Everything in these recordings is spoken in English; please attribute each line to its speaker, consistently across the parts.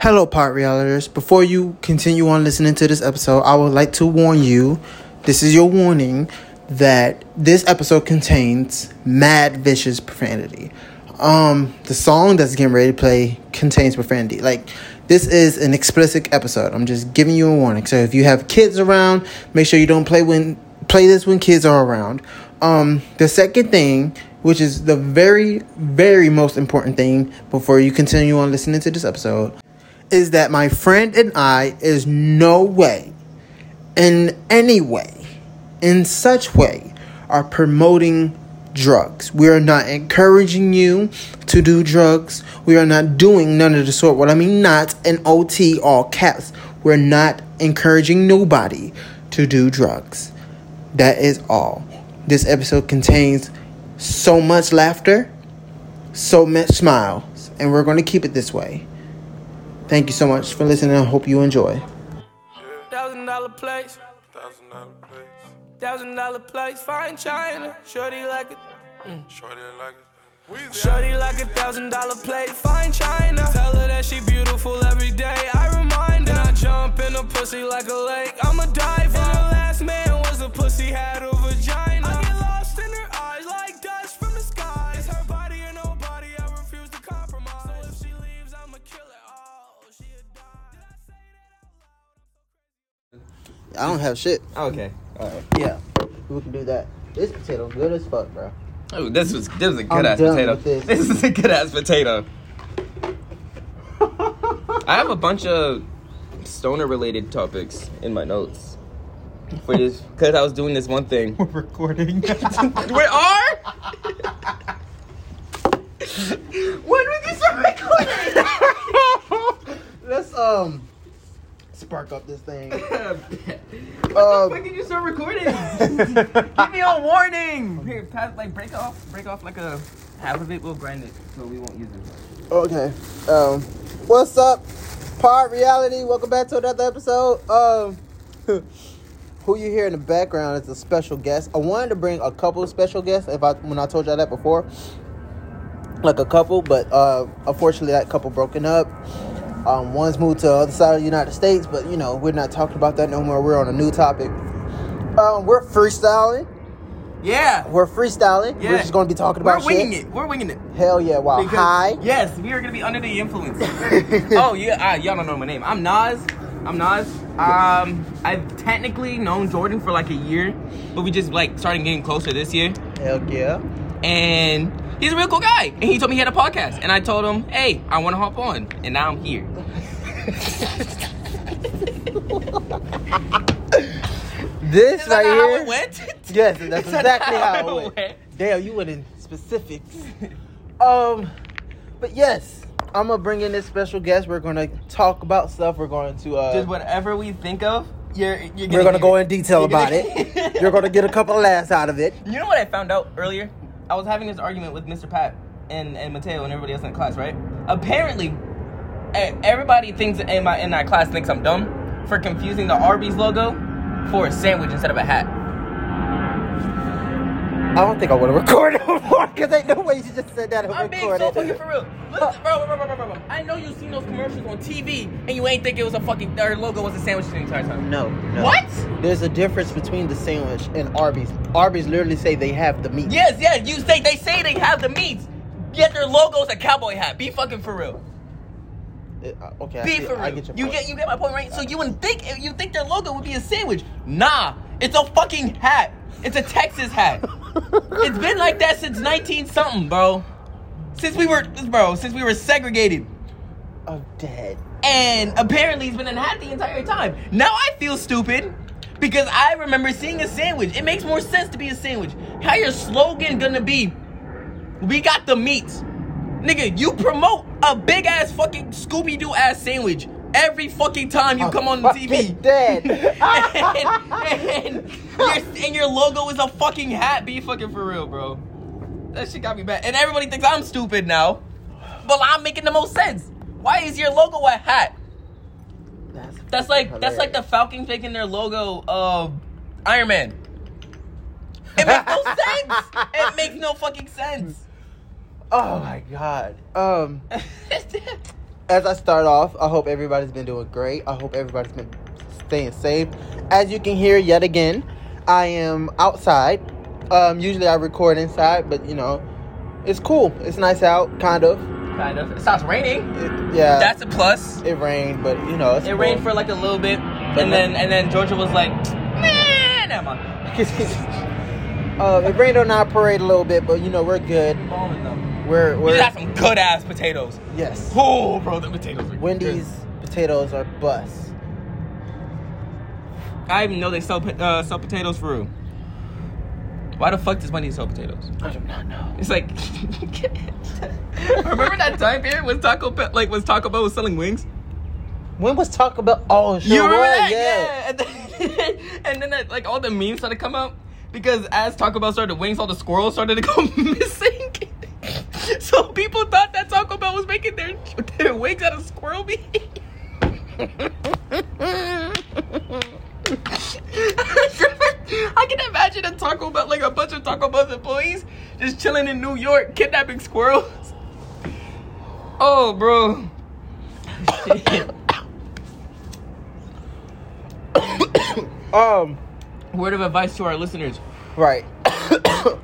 Speaker 1: Hello, Pod Realitors. Before you continue on listening to this episode, I would like to warn you this is your warning that this episode contains mad vicious profanity. Um, the song that's getting ready to play contains profanity. Like, this is an explicit episode. I'm just giving you a warning. So if you have kids around, make sure you don't play when play this when kids are around. Um, the second thing, which is the very, very most important thing before you continue on listening to this episode, is that my friend and I is no way, in any way, in such way, are promoting drugs. We are not encouraging you to do drugs. We are not doing none of the sort. What I mean, not an OT, all caps. We're not encouraging nobody to do drugs. That is all. This episode contains so much laughter, so much smiles, and we're going to keep it this way. Thank you so much for listening. I hope you enjoy.
Speaker 2: Thousand dollar plates,
Speaker 3: Thousand dollar place.
Speaker 2: thousand dollar plates, fine china. Shorty like a,
Speaker 3: Shorty like it.
Speaker 2: shorty like a thousand dollar plate, fine china. Tell her that she beautiful every day. I remind her. And I jump in a pussy like a lake. I'm a diver. And the last man was a pussy had a vagina. I get lost in her eyes like dust from the sky. It's her body or nobody. I refuse to compromise. So if she leaves, I'ma kill her all. She a dime. Did I say that?
Speaker 1: I don't have shit.
Speaker 4: Okay.
Speaker 1: Yeah, we can do that. This potato good as fuck, bro.
Speaker 4: Oh, this was this was a good
Speaker 1: I'm
Speaker 4: ass
Speaker 1: done
Speaker 4: potato.
Speaker 1: with this.
Speaker 4: This. is a good ass potato. I have a bunch of stoner related topics in my notes for this because I was doing this one thing. We're recording. we are. when did you start recording?
Speaker 1: Let's um spark up this thing. Um,
Speaker 4: when did you start recording? Give me a warning. Here, pass, like break off, break off like a half of it. We'll grind it so we won't use it.
Speaker 1: Okay. Um, what's up, Part Reality? Welcome back to another episode. Um, who you hear in the background is a special guest. I wanted to bring a couple of special guests. If I when I told y'all that before, like a couple, but uh, unfortunately that couple broken up. Um, one's moved to the other side of the United States, but you know we're not talking about that no more. We're on a new topic. Um, we're freestyling.
Speaker 4: Yeah.
Speaker 1: We're freestyling. We're
Speaker 4: Yeah.
Speaker 1: just gonna be talking
Speaker 4: We're
Speaker 1: about
Speaker 4: winging
Speaker 1: shit.
Speaker 4: it. We're winging it.
Speaker 1: Hell yeah! Wow.
Speaker 4: Because-
Speaker 1: Hi.
Speaker 4: Yes, we are gonna be under the influence. oh yeah, I, y'all don't know my name. I'm Nas. I'm Nas. Um, I've technically known Jordan for like a year, but we just like started getting closer this year.
Speaker 1: Hell yeah.
Speaker 4: And he's a real cool guy. And he told me he had a podcast, and I told him, hey, I want to hop on, and now I'm here.
Speaker 1: This right
Speaker 4: Is that not
Speaker 1: here.
Speaker 4: how it went?
Speaker 1: Yes, that's
Speaker 4: Is that
Speaker 1: exactly how, it went. Damn, you went in specifics. um, but yes, I'm gonna bring in this special guest. We're gonna talk about stuff. We're going to uh,
Speaker 4: Just whatever we think of, you're you're
Speaker 1: we're gonna
Speaker 4: hear
Speaker 1: go
Speaker 4: it.
Speaker 1: in detail
Speaker 4: You're gonna-
Speaker 1: about it. You're gonna get a couple of laughs out of it.
Speaker 4: You know what I found out earlier? I was having this argument with Mr. Pat and, and Mateo and everybody else in the class, right? Apparently, e- everybody thinks in my in that class thinks I'm dumb for confusing the Arby's logo for a sandwich instead of a hat.
Speaker 1: I don't think I want to record it more because ain't no way you just said that and
Speaker 4: I'm being
Speaker 1: record
Speaker 4: so
Speaker 1: it.
Speaker 4: fucking for real. Listen, bro, bro, bro, bro, bro, bro. I know you've seen those commercials on TV and you ain't think it was a fucking their logo was a sandwich the entire time.
Speaker 1: no, no.
Speaker 4: What?
Speaker 1: There's a difference between the sandwich and Arby's. Arby's literally say they have the meat.
Speaker 4: Yes, yes. You say they say they have the meats, yet their logo's a cowboy hat. Be fucking for real.
Speaker 1: Uh, okay, I,
Speaker 4: Be
Speaker 1: see-
Speaker 4: for real.
Speaker 1: I get your
Speaker 4: you
Speaker 1: point.
Speaker 4: get you get my point, right? So you wouldn't think you think their logo would be a sandwich? Nah, it's a fucking hat. It's a Texas hat. it's been like that since 19 something, bro. Since we were bro, since we were segregated,
Speaker 1: I'm dead.
Speaker 4: and apparently it's been in a hat the entire time. Now I feel stupid because I remember seeing a sandwich. It makes more sense to be a sandwich. How your slogan gonna be? We got the meats. Nigga, you promote a big ass fucking Scooby Doo ass sandwich every fucking time you come on the TV.
Speaker 1: Fucking Dead.
Speaker 4: and, and your, and your logo is a fucking hat. Be fucking for real, bro. That shit got me bad. And everybody thinks I'm stupid now. But I'm making the most sense. Why is your logo a hat? That's like that's like the Falcon taking their logo of Iron Man. It makes no sense. It makes no fucking sense.
Speaker 1: Oh my god. Um, as I start off, I hope everybody's been doing great. I hope everybody's been staying safe. As you can hear yet again, I am outside. Um, usually I record inside, but you know, it's cool. It's nice out, kind of.
Speaker 4: Kind of. It stops raining.
Speaker 1: It- yeah.
Speaker 4: That's a plus.
Speaker 1: it rained, but you know, it's
Speaker 4: It rained for like a little bit, and then and then Georgia was like, man, never mind."
Speaker 1: uh, it rained on our parade a little bit, but you know, we're good.
Speaker 4: Balling them.
Speaker 1: We're
Speaker 4: We
Speaker 1: we're
Speaker 4: just had some good ass potatoes.
Speaker 1: yes.
Speaker 4: Oh, bro, the potatoes. Were
Speaker 1: Wendy's potatoes are bust.
Speaker 4: Good. I didn't even know they sell po- uh, sell potatoes for real. Why the fuck does Wendy's sell potatoes?
Speaker 1: I do not know.
Speaker 4: It's like, remember that time period when Taco Bell, like was Taco Bell was selling wings?
Speaker 1: When was Taco Bell? Oh, sure
Speaker 4: you remember
Speaker 1: was,
Speaker 4: that?
Speaker 1: Yeah.
Speaker 4: And then, and then that, like all the memes started to come out because as Taco Bell started to wings, all the squirrels started to go missing. so people thought that Taco Bell was making their their wings out of squirrel meat. I can imagine a Taco Bell, like a bunch of Taco Bell's employees, just chilling in New York, kidnapping squirrels. Oh, bro.
Speaker 1: Um,
Speaker 4: Word of advice to our listeners.
Speaker 1: right.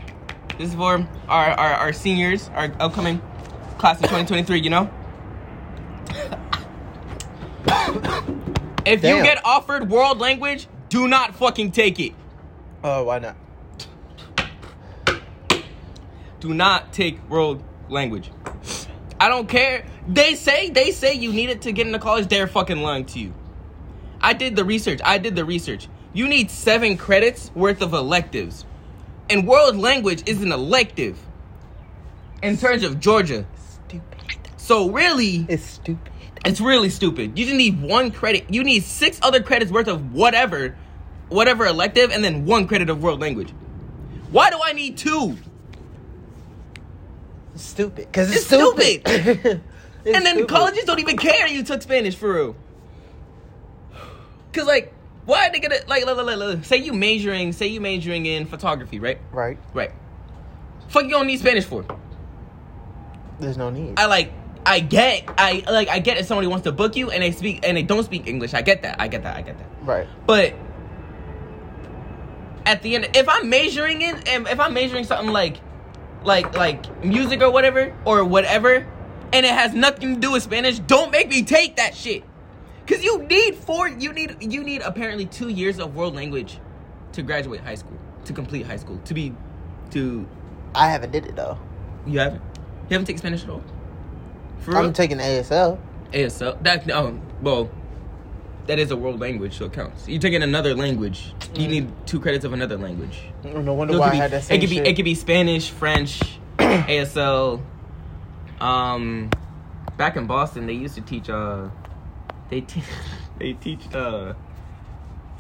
Speaker 4: This is for our, our, our seniors, our upcoming class of 2023, you know? if you
Speaker 1: Damn.
Speaker 4: get offered world language, do not fucking take it.
Speaker 1: Oh, why not?
Speaker 4: Do not take world language. I don't care. They say they say you need it to get into college, they're fucking lying to you. I did the research. I did the research. You need 7 credits worth of electives. And world language is an elective. In terms of Georgia,
Speaker 1: Stupid.
Speaker 4: So really,
Speaker 1: It's stupid.
Speaker 4: it's really stupid. You just need one credit. You need six other credits worth of whatever, whatever elective, and then one credit of world language. Why do I need two?
Speaker 1: It's stupid. Cause it's,
Speaker 4: It's stupid.
Speaker 1: It's
Speaker 4: and then
Speaker 1: stupid.
Speaker 4: colleges don't even care you took Spanish for real. Cause like, why are they gonna like? Look, look, look, look. Say you majoring, say you majoring in photography, right?
Speaker 1: Right.
Speaker 4: Right. Fuck, you don't need Spanish for.
Speaker 1: There's no need.
Speaker 4: I like I get I like I get if somebody wants to book you and they speak and they don't speak English. I get that. I get that. I get that.
Speaker 1: right.
Speaker 4: But at the end, if I'm measuring it, and if I'm measuring something like, like, like music or whatever or whatever, and it has nothing to do with Spanish, don't make me take that shit. Cause you need four, you need you need apparently two years of world language to graduate high school, to complete high school, to be, to
Speaker 1: I haven't did it though.
Speaker 4: you haven't you haven't taken Spanish at all. For
Speaker 1: I'm taking ASL.
Speaker 4: ASL. That um, well, that is a world language, so it counts. You're taking another language.
Speaker 1: Mm.
Speaker 4: You need two credits of another language.
Speaker 1: No wonder
Speaker 4: So it
Speaker 1: why I
Speaker 4: could be,
Speaker 1: had that same
Speaker 4: it could be
Speaker 1: shit.
Speaker 4: it could be Spanish, French, ASL. Um, back in Boston, they used to teach uh, they te- they teach uh,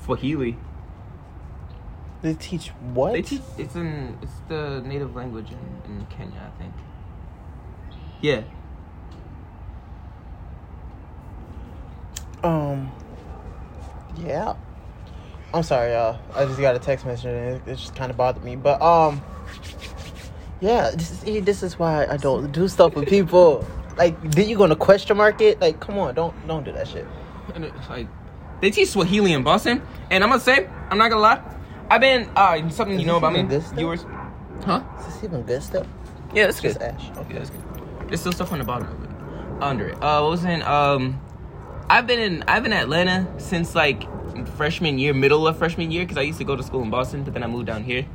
Speaker 4: Swahili.
Speaker 1: They teach what?
Speaker 4: They teach it's in it's the native language in, in Kenya, I think. Yeah,
Speaker 1: um. Yeah. I'm sorry, y'all. I just got a text message and it, it just kind of bothered me. But um. Yeah. This is see, this is why I don't do stuff with people. Like, then you gonna question mark it? Like, come on, don't don't do that shit.
Speaker 4: And it's like they teach Swahili in Boston, and I'm gonna say, I'm not gonna lie, I've been uh something
Speaker 1: Is
Speaker 4: you know
Speaker 1: this
Speaker 4: about me,
Speaker 1: even this stuff?
Speaker 4: viewers, huh?
Speaker 1: Is this even good stuff?
Speaker 4: Yeah, that's
Speaker 1: Just
Speaker 4: good.
Speaker 1: ash.
Speaker 4: Yeah, that's good. There's still stuff on the bottom of it, under it. Uh, what was in um, I've been in I've been in Atlanta since like freshman year, middle of freshman year, because I used to go to school in Boston, but then I moved down here.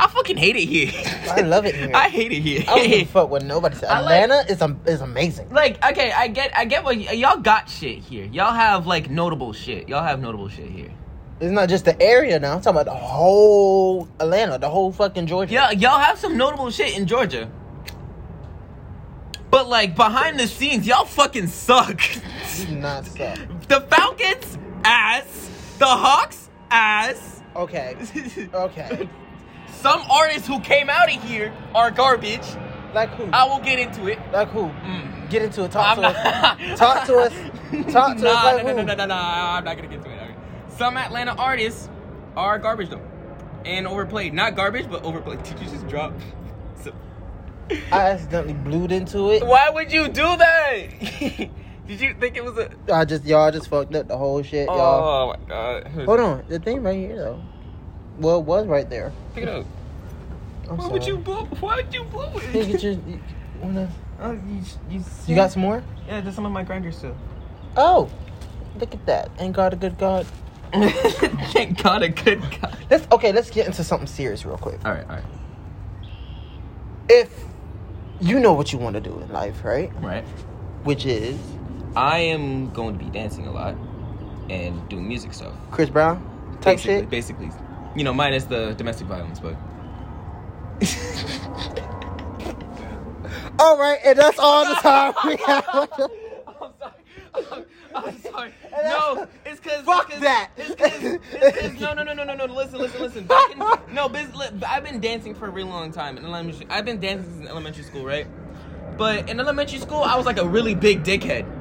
Speaker 4: I fucking hate it here.
Speaker 1: I love it here.
Speaker 4: I hate it here.
Speaker 1: I don't give a fuck what nobody said.
Speaker 4: I like-
Speaker 1: Atlanta is um, is amazing.
Speaker 4: like okay i get i get what y- y'all got shit here y'all have like notable shit y'all have notable shit here
Speaker 1: It's not just the area now. I'm talking about the whole Atlanta, the whole fucking Georgia.
Speaker 4: y'all y'all have some notable shit in georgia but like behind the scenes y'all fucking suck
Speaker 1: You do not suck.
Speaker 4: the falcons ass the hawks ass
Speaker 1: Okay. Okay.
Speaker 4: some artists who came out of here are garbage
Speaker 1: Like who?
Speaker 4: i will get into it
Speaker 1: Like who?
Speaker 4: Mm.
Speaker 1: Get into it. Talk
Speaker 4: I'm
Speaker 1: to us. Talk to us. Talk to
Speaker 4: nah,
Speaker 1: us. Like
Speaker 4: No,
Speaker 1: who?
Speaker 4: no, no, no, no, no. I'm not gonna get to it. All right. Some Atlanta artists are garbage though, and overplayed. Not garbage, but overplayed. Did you just drop? some-
Speaker 1: I accidentally blew into it.
Speaker 4: Why would you do that? Did you think it was a?
Speaker 1: I just y'all just fucked up the whole shit, y'all.
Speaker 4: Oh my god.
Speaker 1: Hold on, the thing right here though. Well, it was right there.
Speaker 4: Pick it up.
Speaker 1: I'm
Speaker 4: Why
Speaker 1: sorry.
Speaker 4: would you blow? Why would you blow it?
Speaker 1: Hey, get your- you, wanna-
Speaker 4: Uh, you, you,
Speaker 1: you got some more?
Speaker 4: Yeah, there's some of my grinders too.
Speaker 1: Oh, look at that! Ain't God a good God?
Speaker 4: Thank God, a good God.
Speaker 1: Let's okay. Let's get into something serious real quick.
Speaker 4: All right, all right,
Speaker 1: If you know what you want to do in life, right?
Speaker 4: right.
Speaker 1: Which is
Speaker 4: I am going to be dancing a lot and doing music stuff.
Speaker 1: Chris Brown type
Speaker 4: basically,
Speaker 1: shit.
Speaker 4: Basically, you know, minus the domestic violence, but
Speaker 1: All right, and that's all the time we have.
Speaker 4: I'm sorry. I'm sorry. No, it's because
Speaker 1: Fuck that.
Speaker 4: It's because no, no, no, no, no, no. Listen, listen, listen. Back in, no, biz, li- I've been dancing for a really long time in elementary. I've been dancing since elementary school, right? But in elementary school, I was like a really big dickhead.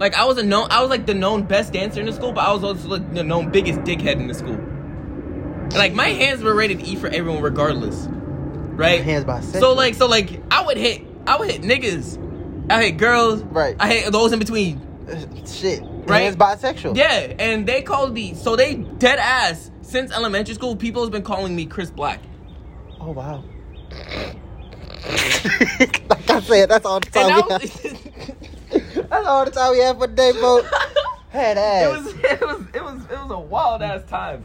Speaker 4: Like I was a known, I was like the known best dancer in the school, but I was also like the known biggest dickhead in the school. And, like my hands were rated E for everyone, regardless. Right?
Speaker 1: Hands by six.
Speaker 4: So like, so like, I would hit, I would hit niggas, I hit girls,
Speaker 1: Right.
Speaker 4: I hit those in between.
Speaker 1: shit.
Speaker 4: Right?
Speaker 1: Right? It's bisexual.
Speaker 4: Yeah, and they called me. So they dead ass since elementary school. People has been calling me Chris Black.
Speaker 1: Oh wow. like I said, that's all the
Speaker 4: And
Speaker 1: time.
Speaker 4: I
Speaker 1: We have.
Speaker 4: was,
Speaker 1: That's all the time we have for today, folks. Head
Speaker 4: it
Speaker 1: ass.
Speaker 4: was, it was, it was, it was a wild ass time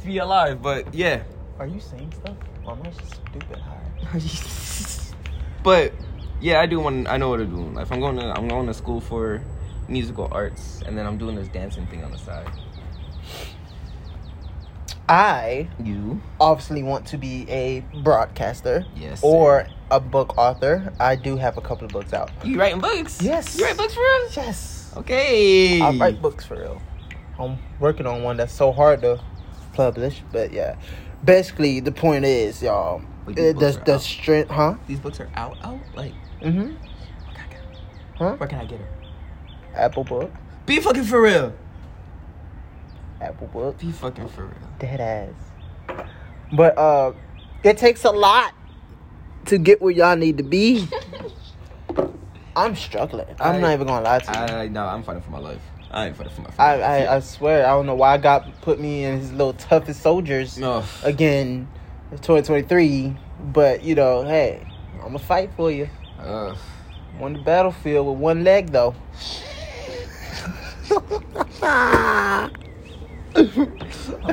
Speaker 4: to be alive. But yeah,
Speaker 1: Are you saying stuff? Or am I just stupid high?
Speaker 4: but yeah, I do want. I know what to do in life. I'm going to, I'm going to school for musical arts, and then I'm doing this dancing thing on the side.
Speaker 1: I
Speaker 4: You?
Speaker 1: obviously want to be a broadcaster.
Speaker 4: Yes, sir.
Speaker 1: Or a book author. I do have a couple of books out.
Speaker 4: You writing books?
Speaker 1: Yes.
Speaker 4: You write books for us?
Speaker 1: Yes.
Speaker 4: Okay.
Speaker 1: I write books for real. I'm working on one that's so hard to publish, but yeah. Basically, the point is, y'all,
Speaker 4: Wait, these
Speaker 1: it,
Speaker 4: books
Speaker 1: the,
Speaker 4: are
Speaker 1: the
Speaker 4: out?
Speaker 1: strength, huh?
Speaker 4: These books are out, out. Like,
Speaker 1: Mm-hmm.
Speaker 4: where can I get 'em?
Speaker 1: Huh?
Speaker 4: Where can I get her?
Speaker 1: Apple Book.
Speaker 4: Be fucking for real.
Speaker 1: Apple Book.
Speaker 4: Be fucking for real.
Speaker 1: Dead ass. But uh, it takes a lot to get where y'all need to be. I'm struggling. I'm
Speaker 4: I-
Speaker 1: not even gonna lie to you.
Speaker 4: I no, I'm fighting for my life. I ain't fighting for my.
Speaker 1: I, I, I swear, I don't know why God put me in his little toughest soldiers
Speaker 4: no.
Speaker 1: again, 2023. But you know, hey, I'm gonna fight for you.
Speaker 4: Ugh.
Speaker 1: I'm on the battlefield with one leg though.
Speaker 4: I'm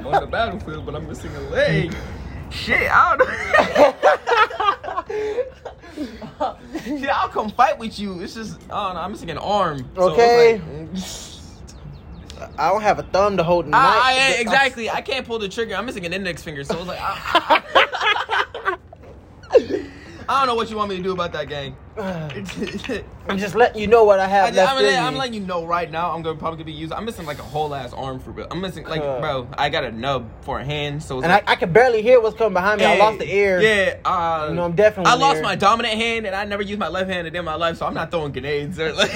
Speaker 4: on the battlefield, but I'm missing a leg. Shit, I don't. know. Shit, I'll come fight with you. It's just I don't know. I'm missing an arm. So it's
Speaker 1: Okay.
Speaker 4: like-
Speaker 1: I don't have a thumb to hold. in the uh,
Speaker 4: I, I,
Speaker 1: knife.
Speaker 4: ain't- Ah, exactly. I can't pull the trigger. I'm missing an index finger, so it's like I, I don't know what you want me to do about that gang.
Speaker 1: I'm
Speaker 4: I
Speaker 1: just letting you know what I have
Speaker 4: just,
Speaker 1: left
Speaker 4: I'm,
Speaker 1: in
Speaker 4: letting,
Speaker 1: me.
Speaker 4: I'm letting you know right now. I'm gonna probably be using. I'm missing like a whole ass arm for real. I'm missing like,
Speaker 1: Uh.
Speaker 4: bro. I got a nub for a hand, so it's
Speaker 1: and I,
Speaker 4: like,
Speaker 1: I can barely hear what's coming behind me. I
Speaker 4: hey,
Speaker 1: lost the ear.
Speaker 4: Yeah, uh,
Speaker 1: You know, I'm definitely
Speaker 4: I lost
Speaker 1: there.
Speaker 4: my dominant hand, and I never used my left hand a day in my life, so I'm not throwing grenades or like.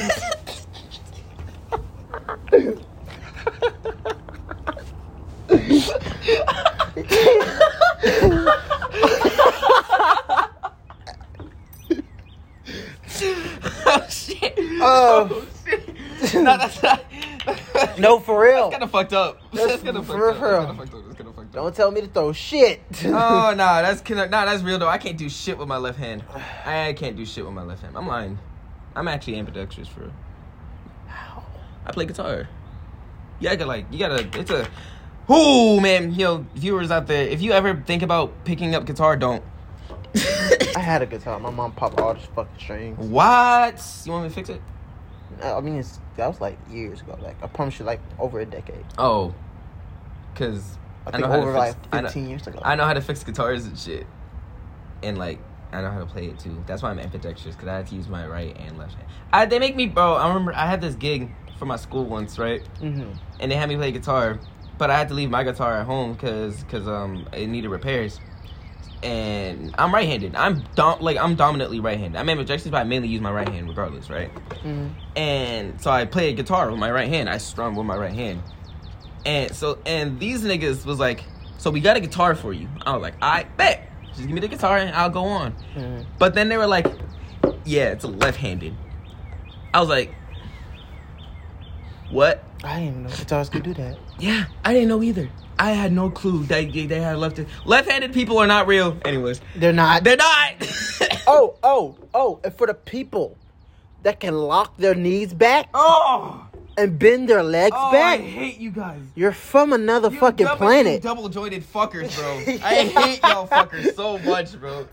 Speaker 4: oh shit!
Speaker 1: Oh.
Speaker 4: shit! No, that's not.
Speaker 1: No, for real.
Speaker 4: Kind of fucked up.
Speaker 1: That's
Speaker 4: That's kind of fucked
Speaker 1: for
Speaker 4: up.
Speaker 1: real.
Speaker 4: That's kind of fucked up. That's kind of fucked up.
Speaker 1: Don't tell me to throw shit.
Speaker 4: Oh nah, that's kinda, nah, that's real though. I can't do shit with my left hand. I can't do shit with my left hand. I'm lying. I'm actually ambidextrous for. real. I play guitar. Yeah, I got like you gotta. It's a. Ooh man, yo viewers out there, if you ever think about picking up guitar, don't.
Speaker 1: I had a good time. My mom popped all this fucking strings.
Speaker 4: What? You want me to fix it?
Speaker 1: I mean, it's, that was like years ago. Like I promise you, like over a decade.
Speaker 4: Oh, cause
Speaker 1: I think
Speaker 4: how to
Speaker 1: over like
Speaker 4: fix- I know-
Speaker 1: 15 years ago.
Speaker 4: I know how to fix guitars and shit. And like I know how to play it too. That's why I'm ambidextrous because I had to use my right and left hand. I, they make me, bro. I remember I had this gig for my school once, right?
Speaker 1: Mm-hmm.
Speaker 4: And they had me play guitar, but I had to leave my guitar at home because cause, um it needed repairs. And I'm right-handed. I'm dom- like I'm dominantly right-handed. I'm ambidextrous, but I mainly use my right hand regardless, right? and so I played guitar with my right hand. I strummed with my right hand, and so and these niggas was like, "So we got a guitar for you." I was like, "I bet." Just give me the guitar and I'll go on. But then they were like, yeah, it's left-handed. I was like, what?
Speaker 1: I didn't even know guitars could do that.
Speaker 4: Yeah, I didn't know either. I had no clue that they, they had left left-handed people are not real. Anyways,
Speaker 1: They're not.
Speaker 4: they're not.
Speaker 1: oh, oh, oh! And for the people that can lock their knees back
Speaker 4: oh,
Speaker 1: and bend their legs
Speaker 4: oh I
Speaker 1: back,
Speaker 4: hate you guys.
Speaker 1: you're from another
Speaker 4: You
Speaker 1: fucking
Speaker 4: double,
Speaker 1: planet.
Speaker 4: Double jointed fuckers, bro. I hate y'all fuckers so much, bro.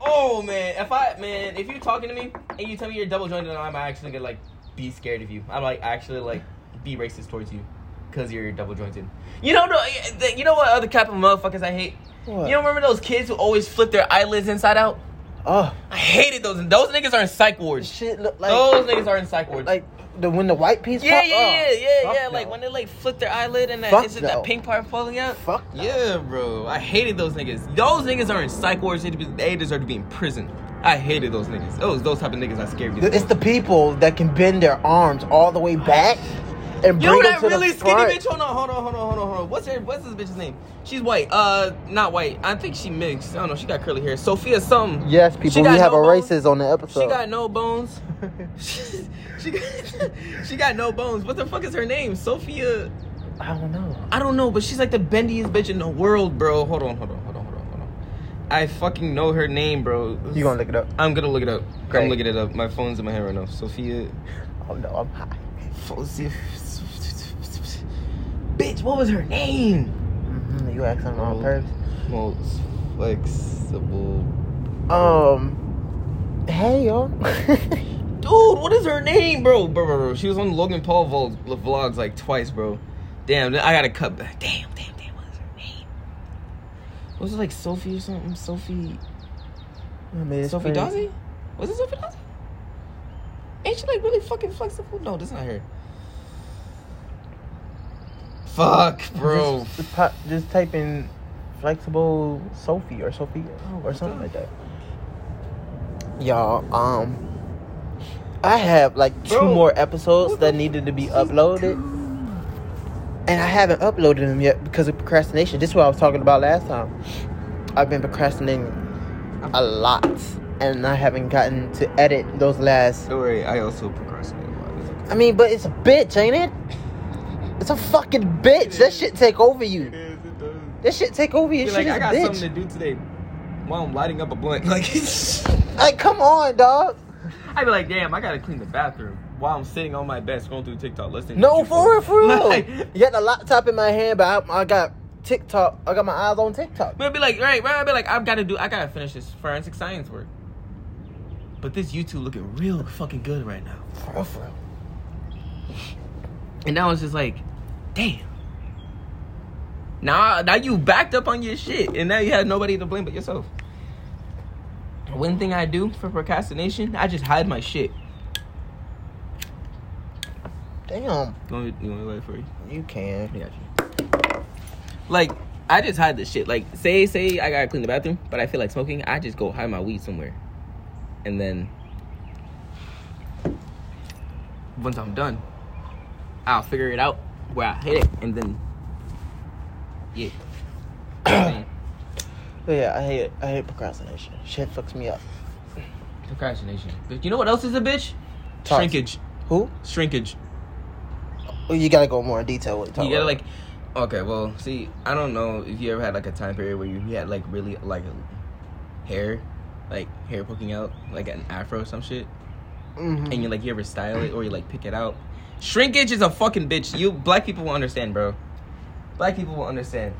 Speaker 4: Oh man, if I man, if you're talking to me and you tell me you're double jointed, I'm actually gonna like be scared of you. I'm like actually like be racist towards you because you're double jointed. You know, no, th- you know what other type of motherfuckers I hate.
Speaker 1: What?
Speaker 4: You don't remember those kids who always flip their eyelids inside out?
Speaker 1: oh
Speaker 4: I hated those. Those niggas are in psych wards.
Speaker 1: shit! Look like
Speaker 4: those niggas are in psych wards.
Speaker 1: like the when the white piece.
Speaker 4: Yeah,
Speaker 1: pop,
Speaker 4: yeah,
Speaker 1: oh,
Speaker 4: yeah, yeah,
Speaker 1: fuck
Speaker 4: yeah. Like
Speaker 1: no.
Speaker 4: when they like flip their eyelid and that
Speaker 1: Fuck
Speaker 4: is it
Speaker 1: no.
Speaker 4: that pink part falling out?
Speaker 1: Fuck no.
Speaker 4: Yeah, bro. I hated those niggas. Those niggas are in psych wards. They deserve to be- They deserve to be in prison. I hated those niggas. Those those type of niggas I scared me.
Speaker 1: Th- It's the people that can bend their arms all the way back and bring
Speaker 4: you
Speaker 1: them
Speaker 4: that
Speaker 1: to
Speaker 4: really
Speaker 1: the
Speaker 4: skinny
Speaker 1: front.
Speaker 4: bitch. Hold on, hold on, hold on, hold on, hold on. What's her? What's this bitch's name? She's white. Uh, not white. I think she mixed. I don't know. She got curly hair. Sophia something.
Speaker 1: Yes,
Speaker 4: She
Speaker 1: people, we
Speaker 4: got
Speaker 1: have
Speaker 4: no
Speaker 1: a
Speaker 4: bones.
Speaker 1: racist on the episode.
Speaker 4: She got no bones. she, she, got, she got no bones. What the fuck is her name? Sophia.
Speaker 1: I don't know.
Speaker 4: I don't know, but she's like the bendiest bitch in the world, bro. Hold on, hold on, hold on, hold on, hold on. I fucking know her name, bro.
Speaker 1: You gonna look it up?
Speaker 4: I'm gonna look it up.
Speaker 1: Okay.
Speaker 4: I'm looking it up. My phone's in my hand right now. Sophia.
Speaker 1: Oh no, I'm high.
Speaker 4: Sophia. Bitch, what was her name?
Speaker 1: Mhm, You asking the
Speaker 4: Oh.
Speaker 1: wrong person.
Speaker 4: Most flexible.
Speaker 1: Um, hey y'all.
Speaker 4: Dude, what is her name, bro? Bro, bro, bro. She was on Logan Paul vlogs, vlogs like twice, bro. Damn, I gotta cut back. Damn, damn, damn. What is her name? Was it like Sophie or something? Sophie.
Speaker 1: I mean, it's
Speaker 4: Sophie
Speaker 1: crazy.
Speaker 4: Dazzy? Was it Sophie Dazzy? Ain't she like really fucking flexible? No, that's not her. Fuck, bro.
Speaker 1: Just, just, pop, just type in flexible Sophie or Sophie or something like that. Y'all, um, I have like two
Speaker 4: Bro,
Speaker 1: more episodes
Speaker 4: what
Speaker 1: that
Speaker 4: the
Speaker 1: needed to be uploaded, and I haven't uploaded them yet because of procrastination. This is what I was talking about last time. I've been procrastinating a lot, and I haven't gotten to edit those last.
Speaker 4: Don't worry, I also procrastinate a lot. It's okay.
Speaker 1: I mean, but it's a bitch, ain't it? It's a fucking bitch. That shit take over you. That shit take over your
Speaker 4: Be
Speaker 1: shit
Speaker 4: like,
Speaker 1: is
Speaker 4: I got
Speaker 1: a bitch.
Speaker 4: something to do today while I'm lighting up a blunt. Like,
Speaker 1: Like, come on, dog.
Speaker 4: I'd be like, damn, I gotta clean the bathroom while I'm sitting on my bed scrolling through TikTok listening.
Speaker 1: No,
Speaker 4: to
Speaker 1: for real, for real.
Speaker 4: Like-
Speaker 1: you got the laptop in my hand, but I, I got TikTok. I got my eyes on TikTok.
Speaker 4: But I'd be like, right, right. I'd be like, I've got to do, I gotta finish this forensic science work. But this YouTube looking real fucking good right now.
Speaker 1: For real, for real.
Speaker 4: And now it's just like, damn. Now, now you backed up on your shit, and now you have nobody to blame but yourself. One thing I do for procrastination, I just hide my shit.
Speaker 1: Damn,
Speaker 4: You want me, you want me to wait for you?
Speaker 1: you can.
Speaker 4: I got you. Like, I just hide the shit. Like, say, say I gotta clean the bathroom, but I feel like smoking, I just go hide my weed somewhere. And then, once I'm done, I'll figure it out where I hit it, and then, yeah. I mean,
Speaker 1: But yeah, I hate it. I hate procrastination. Shit fucks me up.
Speaker 4: Procrastination. But you know what else is a bitch?
Speaker 1: Toss.
Speaker 4: Shrinkage.
Speaker 1: Who?
Speaker 4: Shrinkage.
Speaker 1: Well, you gotta go more in detail with it.
Speaker 4: you gotta like okay well see i don't know if you ever had like a time period where you had like really like hair like hair poking out like an afro or some shit
Speaker 1: Mhm.
Speaker 4: and you like you ever style it or you like pick it out shrinkage is a fucking bitch you black people will understand bro black people will understand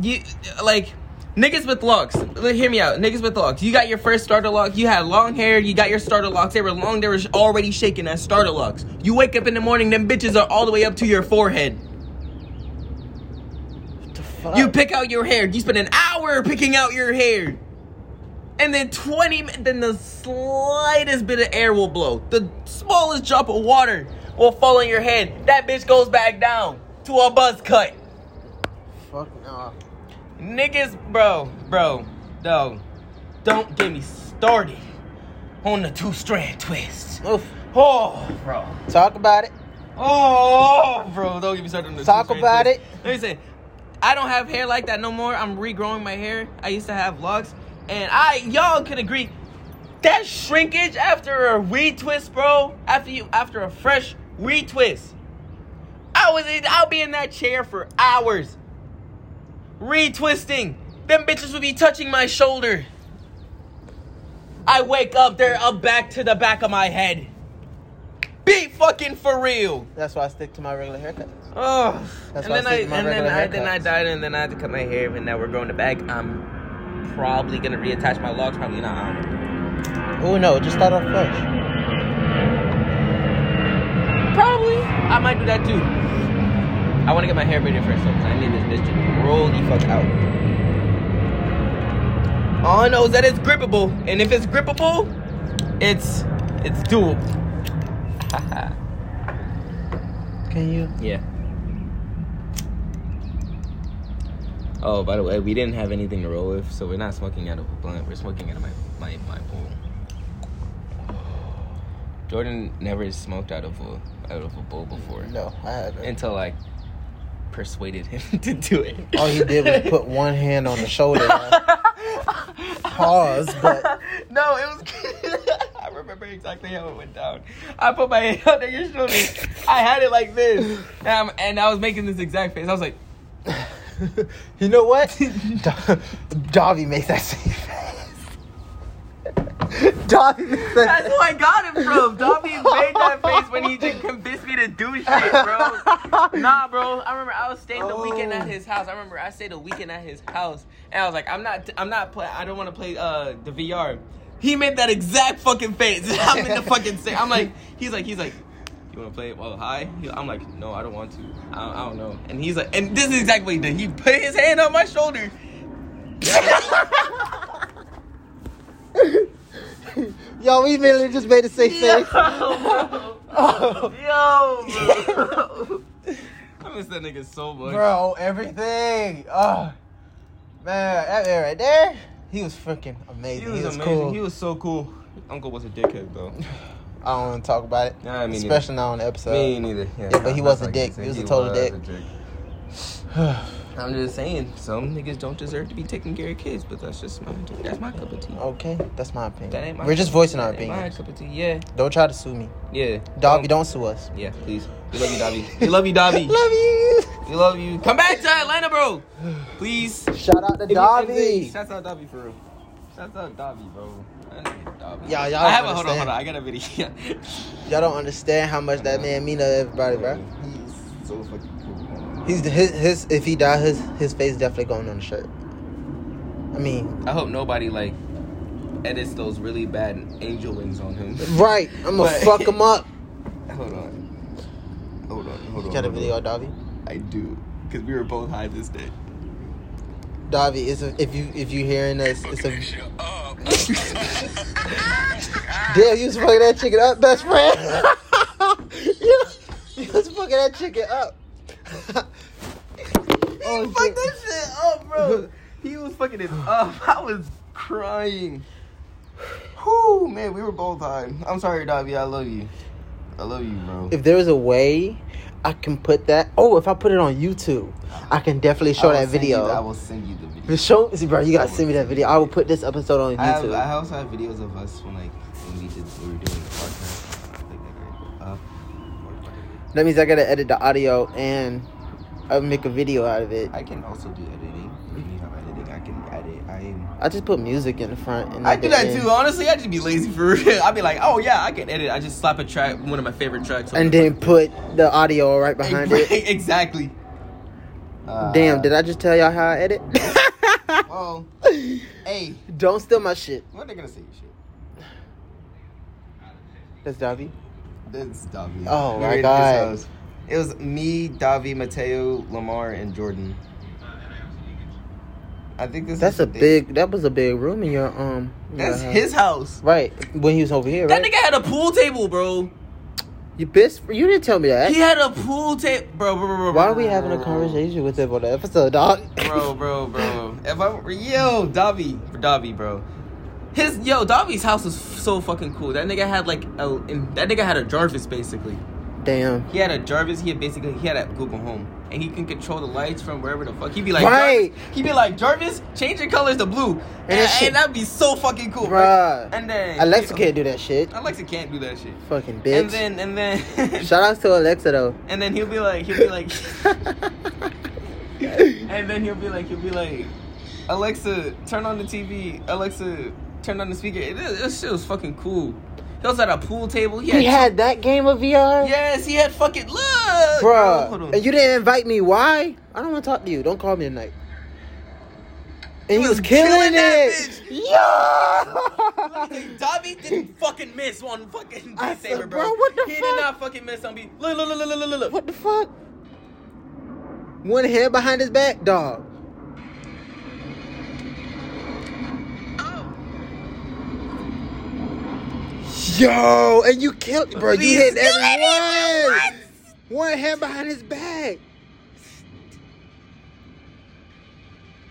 Speaker 4: you like niggas with locks like, hear me out niggas with locks you got your first starter lock you had long hair you got your starter locks they were long they were sh- already shaking as starter locks you wake up in the morning them bitches are all the way up to your forehead
Speaker 1: What the fuck?
Speaker 4: you pick out your hair. You spend an hour picking out your hair. And then 20 min- then the slightest bit of air will blow. The smallest drop of water will fall on your head. That bitch goes back down to a buzz cut.
Speaker 1: Fuck no.
Speaker 4: Niggas, bro, bro, no. Don't get me started on the two strand twist.
Speaker 1: Oof.
Speaker 4: Oh, bro.
Speaker 1: Talk about it.
Speaker 4: Oh, bro, don't get me started on this.
Speaker 1: Talk about it.
Speaker 4: Let me say, I don't have hair like that no more. I'm regrowing my hair. I used to have locks. and I y'all can agree that shrinkage after a retwist, bro. After you after a fresh retwist, I was in, I'll be in that chair for hours, retwisting. Them bitches would be touching my shoulder. I wake up, they're up back to the back of my head. Be fucking for real.
Speaker 1: That's why I stick to my regular haircut.
Speaker 4: Oh,
Speaker 1: That's
Speaker 4: and
Speaker 1: why I
Speaker 4: then I,
Speaker 1: stick to
Speaker 4: and
Speaker 1: my
Speaker 4: then
Speaker 1: regular
Speaker 4: I then I
Speaker 1: haircuts.
Speaker 4: dyed it, and then I had to cut my hair, and now we're growing it back. I'm probably gonna reattach my locks. Probably not. I don't know.
Speaker 1: Oh no, just start off fresh.
Speaker 4: Probably. I might do that too. I want to get my hair braided first, though, because I need this bitch to roll the fuck out. All I know is that it's grippable, and if it's grippable, it's it's doable.
Speaker 1: Can you?
Speaker 4: Yeah. Oh, by the way, we didn't have anything to roll with, so we're not smoking out of a blunt. We're smoking out of my my my bowl. Jordan never smoked out of a out of a bowl before.
Speaker 1: No, I haven't.
Speaker 4: until I persuaded him to do it.
Speaker 1: All Oh, he did was put one hand on the shoulder. Pause, but
Speaker 4: no, it was. I remember exactly how it went down. I put my hand under your shoulder. I had it like this, and, I'm, and I was making this exact face. I was like,
Speaker 1: you know what? Da- Davi makes that same face. Davi makes that
Speaker 4: "That's who I got it from." Dobby made that face when he just convinced me to do shit, bro. Nah, bro. I remember I was staying the weekend at his house. I remember I stayed the weekend at his house, and I was like, "I'm not. I'm not play. I don't want to play uh the VR." He made that exact fucking face. I'm in the fucking. Sa- I'm like, he's like, he's like. You want to play it while high? He- I'm like, no, I don't want to. I don't, I don't know. And he's like, and this is exactly what he did. He put his hand on my shoulder.
Speaker 1: Yo, we literally just made the same face.
Speaker 4: Yo, bro. I miss that nigga so much.
Speaker 1: Bro, everything. Oh, man, that man right there, he was freaking amazing.
Speaker 4: He was, amazing.
Speaker 1: cool.
Speaker 4: He was so cool. Uncle was a dickhead though.
Speaker 1: I don't want to talk about it.
Speaker 4: Nah, me neither.
Speaker 1: Especially not on the episode.
Speaker 4: Me neither. Yeah,
Speaker 1: Yeah, but he was
Speaker 4: that's
Speaker 1: a
Speaker 4: all I can
Speaker 1: dick.
Speaker 4: say.
Speaker 1: He was a total dick.
Speaker 4: I'm just saying, some niggas don't deserve to be taking care of kids, but that's just my that's my cup of tea.
Speaker 1: Okay, that's my opinion.
Speaker 4: That ain't my
Speaker 1: Oh. We're just voicing our
Speaker 4: that ain't My
Speaker 1: opinion.
Speaker 4: cup of tea. Yeah,
Speaker 1: Don't try to sue me.
Speaker 4: yeah.
Speaker 1: Dobby, don't sue us.
Speaker 4: Yeah, please. We love you, Dobby. We love you, Dobby.
Speaker 1: Love you.
Speaker 4: we love you. Come back to Atlanta, bro. Please.
Speaker 1: Shout out to
Speaker 4: If you-
Speaker 1: Dobby.
Speaker 4: Shouts out Dobby for real. Shouts out Dobby, bro. That nigga Dobby.
Speaker 1: Y'all- y'all
Speaker 4: I have a
Speaker 1: don't
Speaker 4: hold on, hold
Speaker 1: understand.
Speaker 4: on. I got a video.
Speaker 1: Y'all don't understand how much that man mean to everybody, bro.
Speaker 4: He's so fucking cool.
Speaker 1: He's his, his if he die, his his face definitely going on the shirt. I mean,
Speaker 4: I hope nobody like edits those really bad angel wings on him.
Speaker 1: right? I'm gonna
Speaker 4: But-
Speaker 1: fuck him up.
Speaker 4: Hold on. Hold on. Hold
Speaker 1: You
Speaker 4: on.
Speaker 1: got a
Speaker 4: hold
Speaker 1: video,
Speaker 4: on.
Speaker 1: of Dobby.
Speaker 4: I do. Because we were both high this day.
Speaker 1: Davi, it's a, if you if you hearing this, it's a damn. You was fucking that chicken up, best friend. you, you was fucking that chicken up. oh, shit.
Speaker 4: shit up, bro. he was fucking it up. I was crying. Whoo, man, we were both high. I'm sorry, Dobby. I love you. I love you, bro.
Speaker 1: If there was a way I can put that, oh, if I put it on YouTube, I can definitely show
Speaker 4: I will
Speaker 1: that
Speaker 4: send you
Speaker 1: video.
Speaker 4: the- I will send you the video.
Speaker 1: But Show, see, bro, you gotta send me that video. I will put this episode on
Speaker 4: I, have,
Speaker 1: YouTube.
Speaker 4: I also have videos of us when like when we did we were doing the podcast. Like, like, right, up.
Speaker 1: that means I gotta edit the audio and I'll make a video out of it.
Speaker 4: Uh, I can also do editing. If you have editing, I can edit. I am.
Speaker 1: I just put music in the front. And
Speaker 4: I
Speaker 1: at
Speaker 4: do
Speaker 1: the
Speaker 4: that
Speaker 1: end-
Speaker 4: too. Honestly, I just be lazy for real. I'd be like, oh yeah, I can edit. I just slap a track, one of my favorite tracks, on
Speaker 1: And
Speaker 4: the-
Speaker 1: then put the audio right behind it.
Speaker 4: exactly. Uh,
Speaker 1: Damn, did I just tell y'all how I edit?
Speaker 4: Well, hey,
Speaker 1: Don't steal my shit.
Speaker 4: when they gonna say your shit?
Speaker 1: That's Davi.
Speaker 4: That's Davi.
Speaker 1: Oh,
Speaker 4: We
Speaker 1: my
Speaker 4: were at his
Speaker 1: God.
Speaker 4: house. It was me, Davi, Mateo, Lamar, and Jordan. I think this
Speaker 1: That's
Speaker 4: is
Speaker 1: a big. That was a big room in your um. in your
Speaker 4: That's
Speaker 1: house.
Speaker 4: his house.
Speaker 1: Right when he was over here,
Speaker 4: That
Speaker 1: right?
Speaker 4: nigga had a pool table, bro.
Speaker 1: you best. You didn't tell me that.
Speaker 4: He had a pool table, bro, bro, bro, bro.
Speaker 1: Why are we having a
Speaker 4: bro,
Speaker 1: conversation with him on the episode, dog?
Speaker 4: Bro, bro, bro. If I were yo, Davi, Davi, bro. His yo, Davi's house is f- so fucking cool. That nigga had like a, in, that nigga had a Jarvis basically.
Speaker 1: Damn.
Speaker 4: He had a Jarvis. He had basically he had a Google Home, and he can control the lights from wherever the fuck. He'd be like,
Speaker 1: Right.
Speaker 4: Jarvis, he'd be like, Jarvis, change your colors to blue, and,
Speaker 1: that shit-
Speaker 4: and that'd be so fucking cool, bro.
Speaker 1: Bruh.
Speaker 4: And then
Speaker 1: Alexa can't do that shit.
Speaker 4: Alexa can't do that shit.
Speaker 1: Fucking
Speaker 4: And
Speaker 1: bitch.
Speaker 4: then and then
Speaker 1: Shout outs to Alexa though.
Speaker 4: and then he'll be like, he'll be like, and then he'll be like, he'll be like, Alexa, turn on the TV. Alexa, turn on the speaker. It- it- This shit was fucking cool. He also had a pool table. He had,
Speaker 1: He had that game of VR?
Speaker 4: yes, he had fucking look, Oh, hold
Speaker 1: Bruh.
Speaker 4: on.
Speaker 1: And you didn't invite me. Why? I don't want to talk to you. Don't call me tonight. And he was, killing,
Speaker 4: that
Speaker 1: it. Yeah.
Speaker 4: Like, Dobby didn't fucking miss one fucking
Speaker 1: I
Speaker 4: Beat
Speaker 1: said,
Speaker 4: Saber, bro.
Speaker 1: bro, what the
Speaker 4: he
Speaker 1: fuck?
Speaker 4: did not fucking miss on Beat. Look, look, look, look, look, look, look.
Speaker 1: what the fuck? One hand behind his back, dog. Yo, and you killed, bro.
Speaker 4: He's
Speaker 1: You hit
Speaker 4: killing
Speaker 1: everyone. One hand behind his back.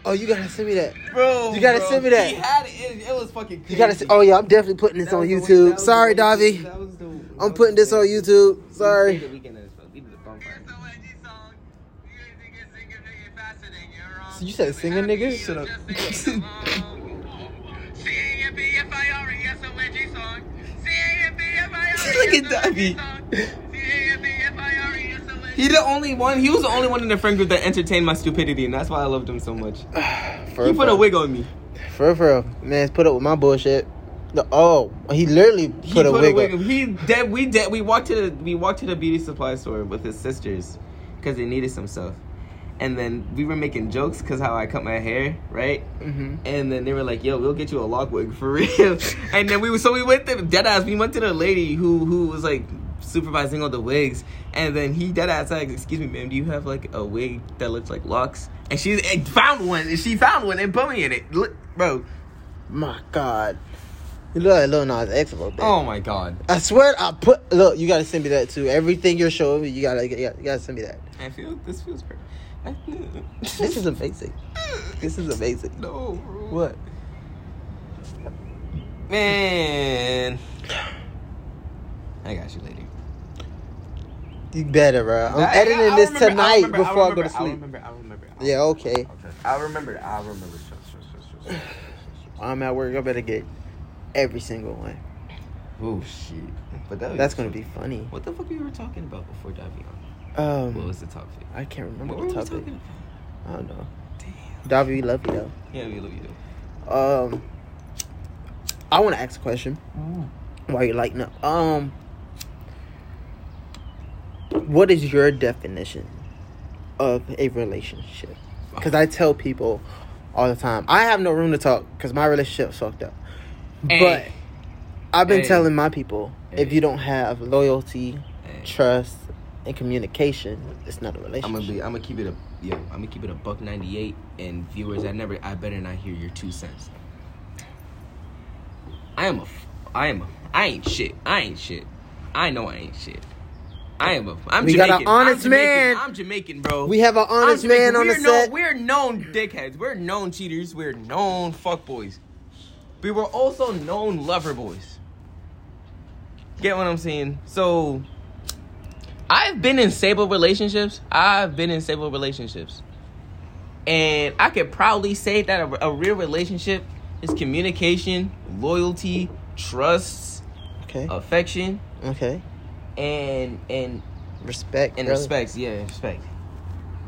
Speaker 1: Oh, you gotta send me that.
Speaker 4: Bro,
Speaker 1: You gotta
Speaker 4: bro,
Speaker 1: send me that.
Speaker 4: He had it. It, it was fucking. Crazy.
Speaker 1: You gotta. Send, oh yeah, I'm definitely putting this
Speaker 4: That
Speaker 1: on
Speaker 4: was the way-
Speaker 1: YouTube.
Speaker 4: that was the
Speaker 1: Sorry,
Speaker 4: way-
Speaker 1: Davi.
Speaker 4: that was the- that was
Speaker 1: I'm putting this
Speaker 4: the
Speaker 1: on
Speaker 4: way-
Speaker 1: YouTube.
Speaker 4: We did
Speaker 1: Sorry.
Speaker 4: the weekend as fuck. We did the bonfire.
Speaker 1: So you said sing a nigga? Shut up.
Speaker 4: Look at Dobby. He the only one. He was the only one in the friend group that entertained my stupidity, and that's why I loved him so much.
Speaker 1: For
Speaker 4: He put a
Speaker 1: real.
Speaker 4: wig on me.
Speaker 1: For real, for real. Man, put up with my bullshit. The, oh, he literally put,
Speaker 4: He
Speaker 1: a, wig
Speaker 4: on-
Speaker 1: up.
Speaker 4: He dead. We dead. We walked to the we walked to the beauty supply store with his sisters because they needed some stuff, and then we were making jokes because how I cut my hair, right?
Speaker 1: Mm-hmm.
Speaker 4: And then they were like, "Yo, we'll get you a lock wig for real." and then we were- so we went to dead ass. We went to the lady who who was like supervising all the wigs. And then he dead ass like, "Excuse me, ma'am, do you have like a wig that looks like locks?" And she and found one. And she found one and put me in it, Look, bro.
Speaker 1: My God. You look like Lil Nas X a little bit.
Speaker 4: Oh my god.
Speaker 1: I swear I put. Look, you gotta send me that too. Everything you're showing me, you gotta, you gotta, you gotta send me that.
Speaker 4: I feel this feels great.
Speaker 1: This is amazing. This is amazing.
Speaker 4: no. bro.
Speaker 1: What?
Speaker 4: Man. I got you later.
Speaker 1: You better, bro. I'm
Speaker 4: I- I-
Speaker 1: editing
Speaker 4: I'll
Speaker 1: this
Speaker 4: remember- I'll
Speaker 1: tonight
Speaker 4: remember- I'll
Speaker 1: before I go
Speaker 4: remember,
Speaker 1: to
Speaker 4: I'll
Speaker 1: sleep.
Speaker 4: remember, I'll remember, I'll
Speaker 1: Yeah,
Speaker 4: remember.
Speaker 1: okay.
Speaker 4: I'll remember. I'll remember.
Speaker 1: I'm at work. I better get every single one.
Speaker 4: Oh shit! But that was-
Speaker 1: That's gonna be funny.
Speaker 4: What the fuck we were talking about before diving on? What
Speaker 1: Um,
Speaker 4: was the topic?
Speaker 1: I can't
Speaker 4: What
Speaker 1: remember
Speaker 4: were we
Speaker 1: the topic.
Speaker 4: talking
Speaker 1: I don't know.
Speaker 4: about? Damn.
Speaker 1: Davi, we love you though.
Speaker 4: Yeah, we love you. though.
Speaker 1: Um, I want to ask a question.
Speaker 4: Mm.
Speaker 1: Why you lighting up? Um, what is your definition of a relationship? Because I tell people all the time, I have no room to talk because my relationship's fucked up.
Speaker 4: Hey.
Speaker 1: But I've been
Speaker 4: Hey.
Speaker 1: telling my people, if
Speaker 4: Hey.
Speaker 1: you don't have loyalty,
Speaker 4: Hey.
Speaker 1: trust, and communication, it's not a relationship.
Speaker 4: I'm gonna be. I'm gonna keep it a. Yo, I'm gonna keep it a buck ninety eight. And viewers, I never. I better not hear your two cents. I am a. f- I am a. I ain't shit. I ain't shit. I know I ain't shit. I am a. I'm
Speaker 1: We got an
Speaker 4: Jamaican.
Speaker 1: honest
Speaker 4: I'm Jamaican.
Speaker 1: man.
Speaker 4: I'm Jamaican, bro.
Speaker 1: we have an honest
Speaker 4: I'm
Speaker 1: man
Speaker 4: Jamaican.
Speaker 1: on the
Speaker 4: we're known,
Speaker 1: set.
Speaker 4: We're known dickheads. We're known cheaters. We're known fuckboys. We were also known lover boys. Get what I'm saying? So, I've been in stable relationships. I've been in stable relationships. And I could probably say that a, a real relationship is communication, loyalty, trust,
Speaker 1: Okay.
Speaker 4: Oh. affection,
Speaker 1: Okay.
Speaker 4: and and
Speaker 1: Respect.
Speaker 4: and
Speaker 1: brother.
Speaker 4: respects, yeah, respect.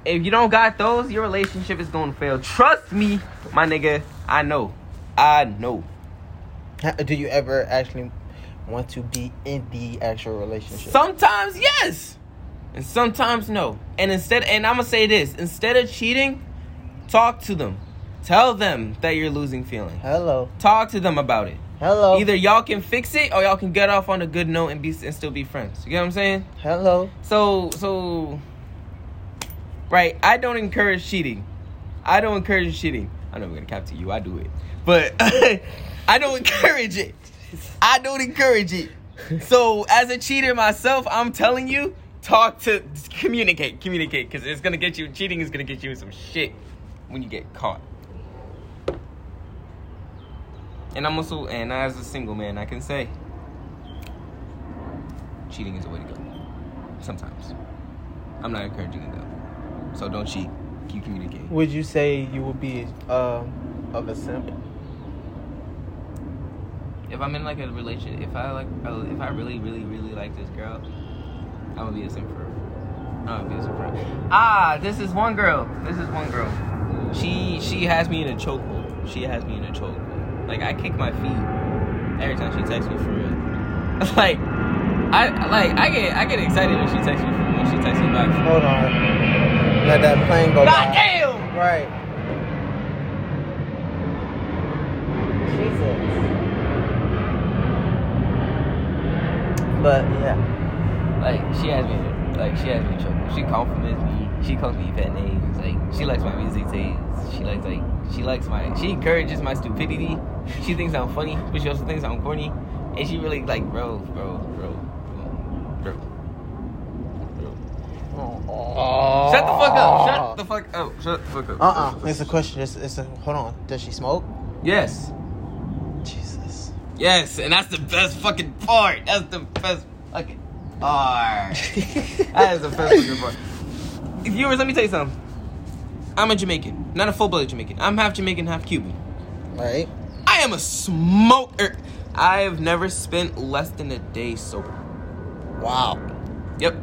Speaker 4: If you don't got those, your relationship is gonna fail. Trust me, my nigga. I know. I know.
Speaker 1: Ha- Do you ever actually want to be in the actual relationship?
Speaker 4: Sometimes yes, and sometimes no. And instead, and I'm gonna say this: instead of cheating, talk to them. Tell them that you're losing feeling.
Speaker 1: hello,
Speaker 4: Talk to them about it.
Speaker 1: hello,
Speaker 4: Either y'all can fix it, or y'all can get off on a good note and be and still be friends. You get what I'm saying?
Speaker 1: hello.
Speaker 4: So so right, I don't encourage cheating. I don't encourage cheating. I know we're gonna cap to you, I do it. But I don't encourage it. I don't encourage it. So as a cheater myself, I'm telling you, talk to communicate, communicate, because it's gonna get you cheating is gonna get you in some shit when you get caught. And I'm also and as a single man I can say cheating is the way to go. Sometimes. I'm not encouraging it though. So don't cheat. Keep communicating.
Speaker 1: Would you say you would be um of a simp?
Speaker 4: if I'm in like a relationship, if I like, if I really, really, really like this girl, I'm gonna be a simp for her. I'm gonna be a simp for her. Ah, this is one girl. This is one girl. She she has me in a chokehold. She has me in a chokehold. Like I kick my feet every time she texts me for real. like I like I get I get excited when she texts me for real. When she texts me back. For
Speaker 1: Hold on. Let that plane go.
Speaker 4: God
Speaker 1: by.
Speaker 4: damn!
Speaker 1: Right. Jesus. But yeah.
Speaker 4: Like she has me, like she has me in trouble. She compliments me. She calls me pet names. Like she likes my music taste. She likes like she likes my. She encourages my stupidity. She thinks I'm funny, but she also thinks I'm corny. And she really like bro, bro, bro, bro, bro. bro. Shut the fuck up! Shut the fuck up! Shut the fuck up!
Speaker 1: Uh uh It's a question. It's, it's a hold on. Does she smoke?
Speaker 4: Yes,
Speaker 1: Jesus.
Speaker 4: yes, and that's the best fucking part. That's the best fucking part. That is the first fucking part. Viewers, let me tell you something. I'm a Jamaican, not a full-blooded Jamaican. I'm half Jamaican, half Cuban.
Speaker 1: right.
Speaker 4: I am a smoker. I have never spent less than a day sober.
Speaker 1: Wow.
Speaker 4: Yep.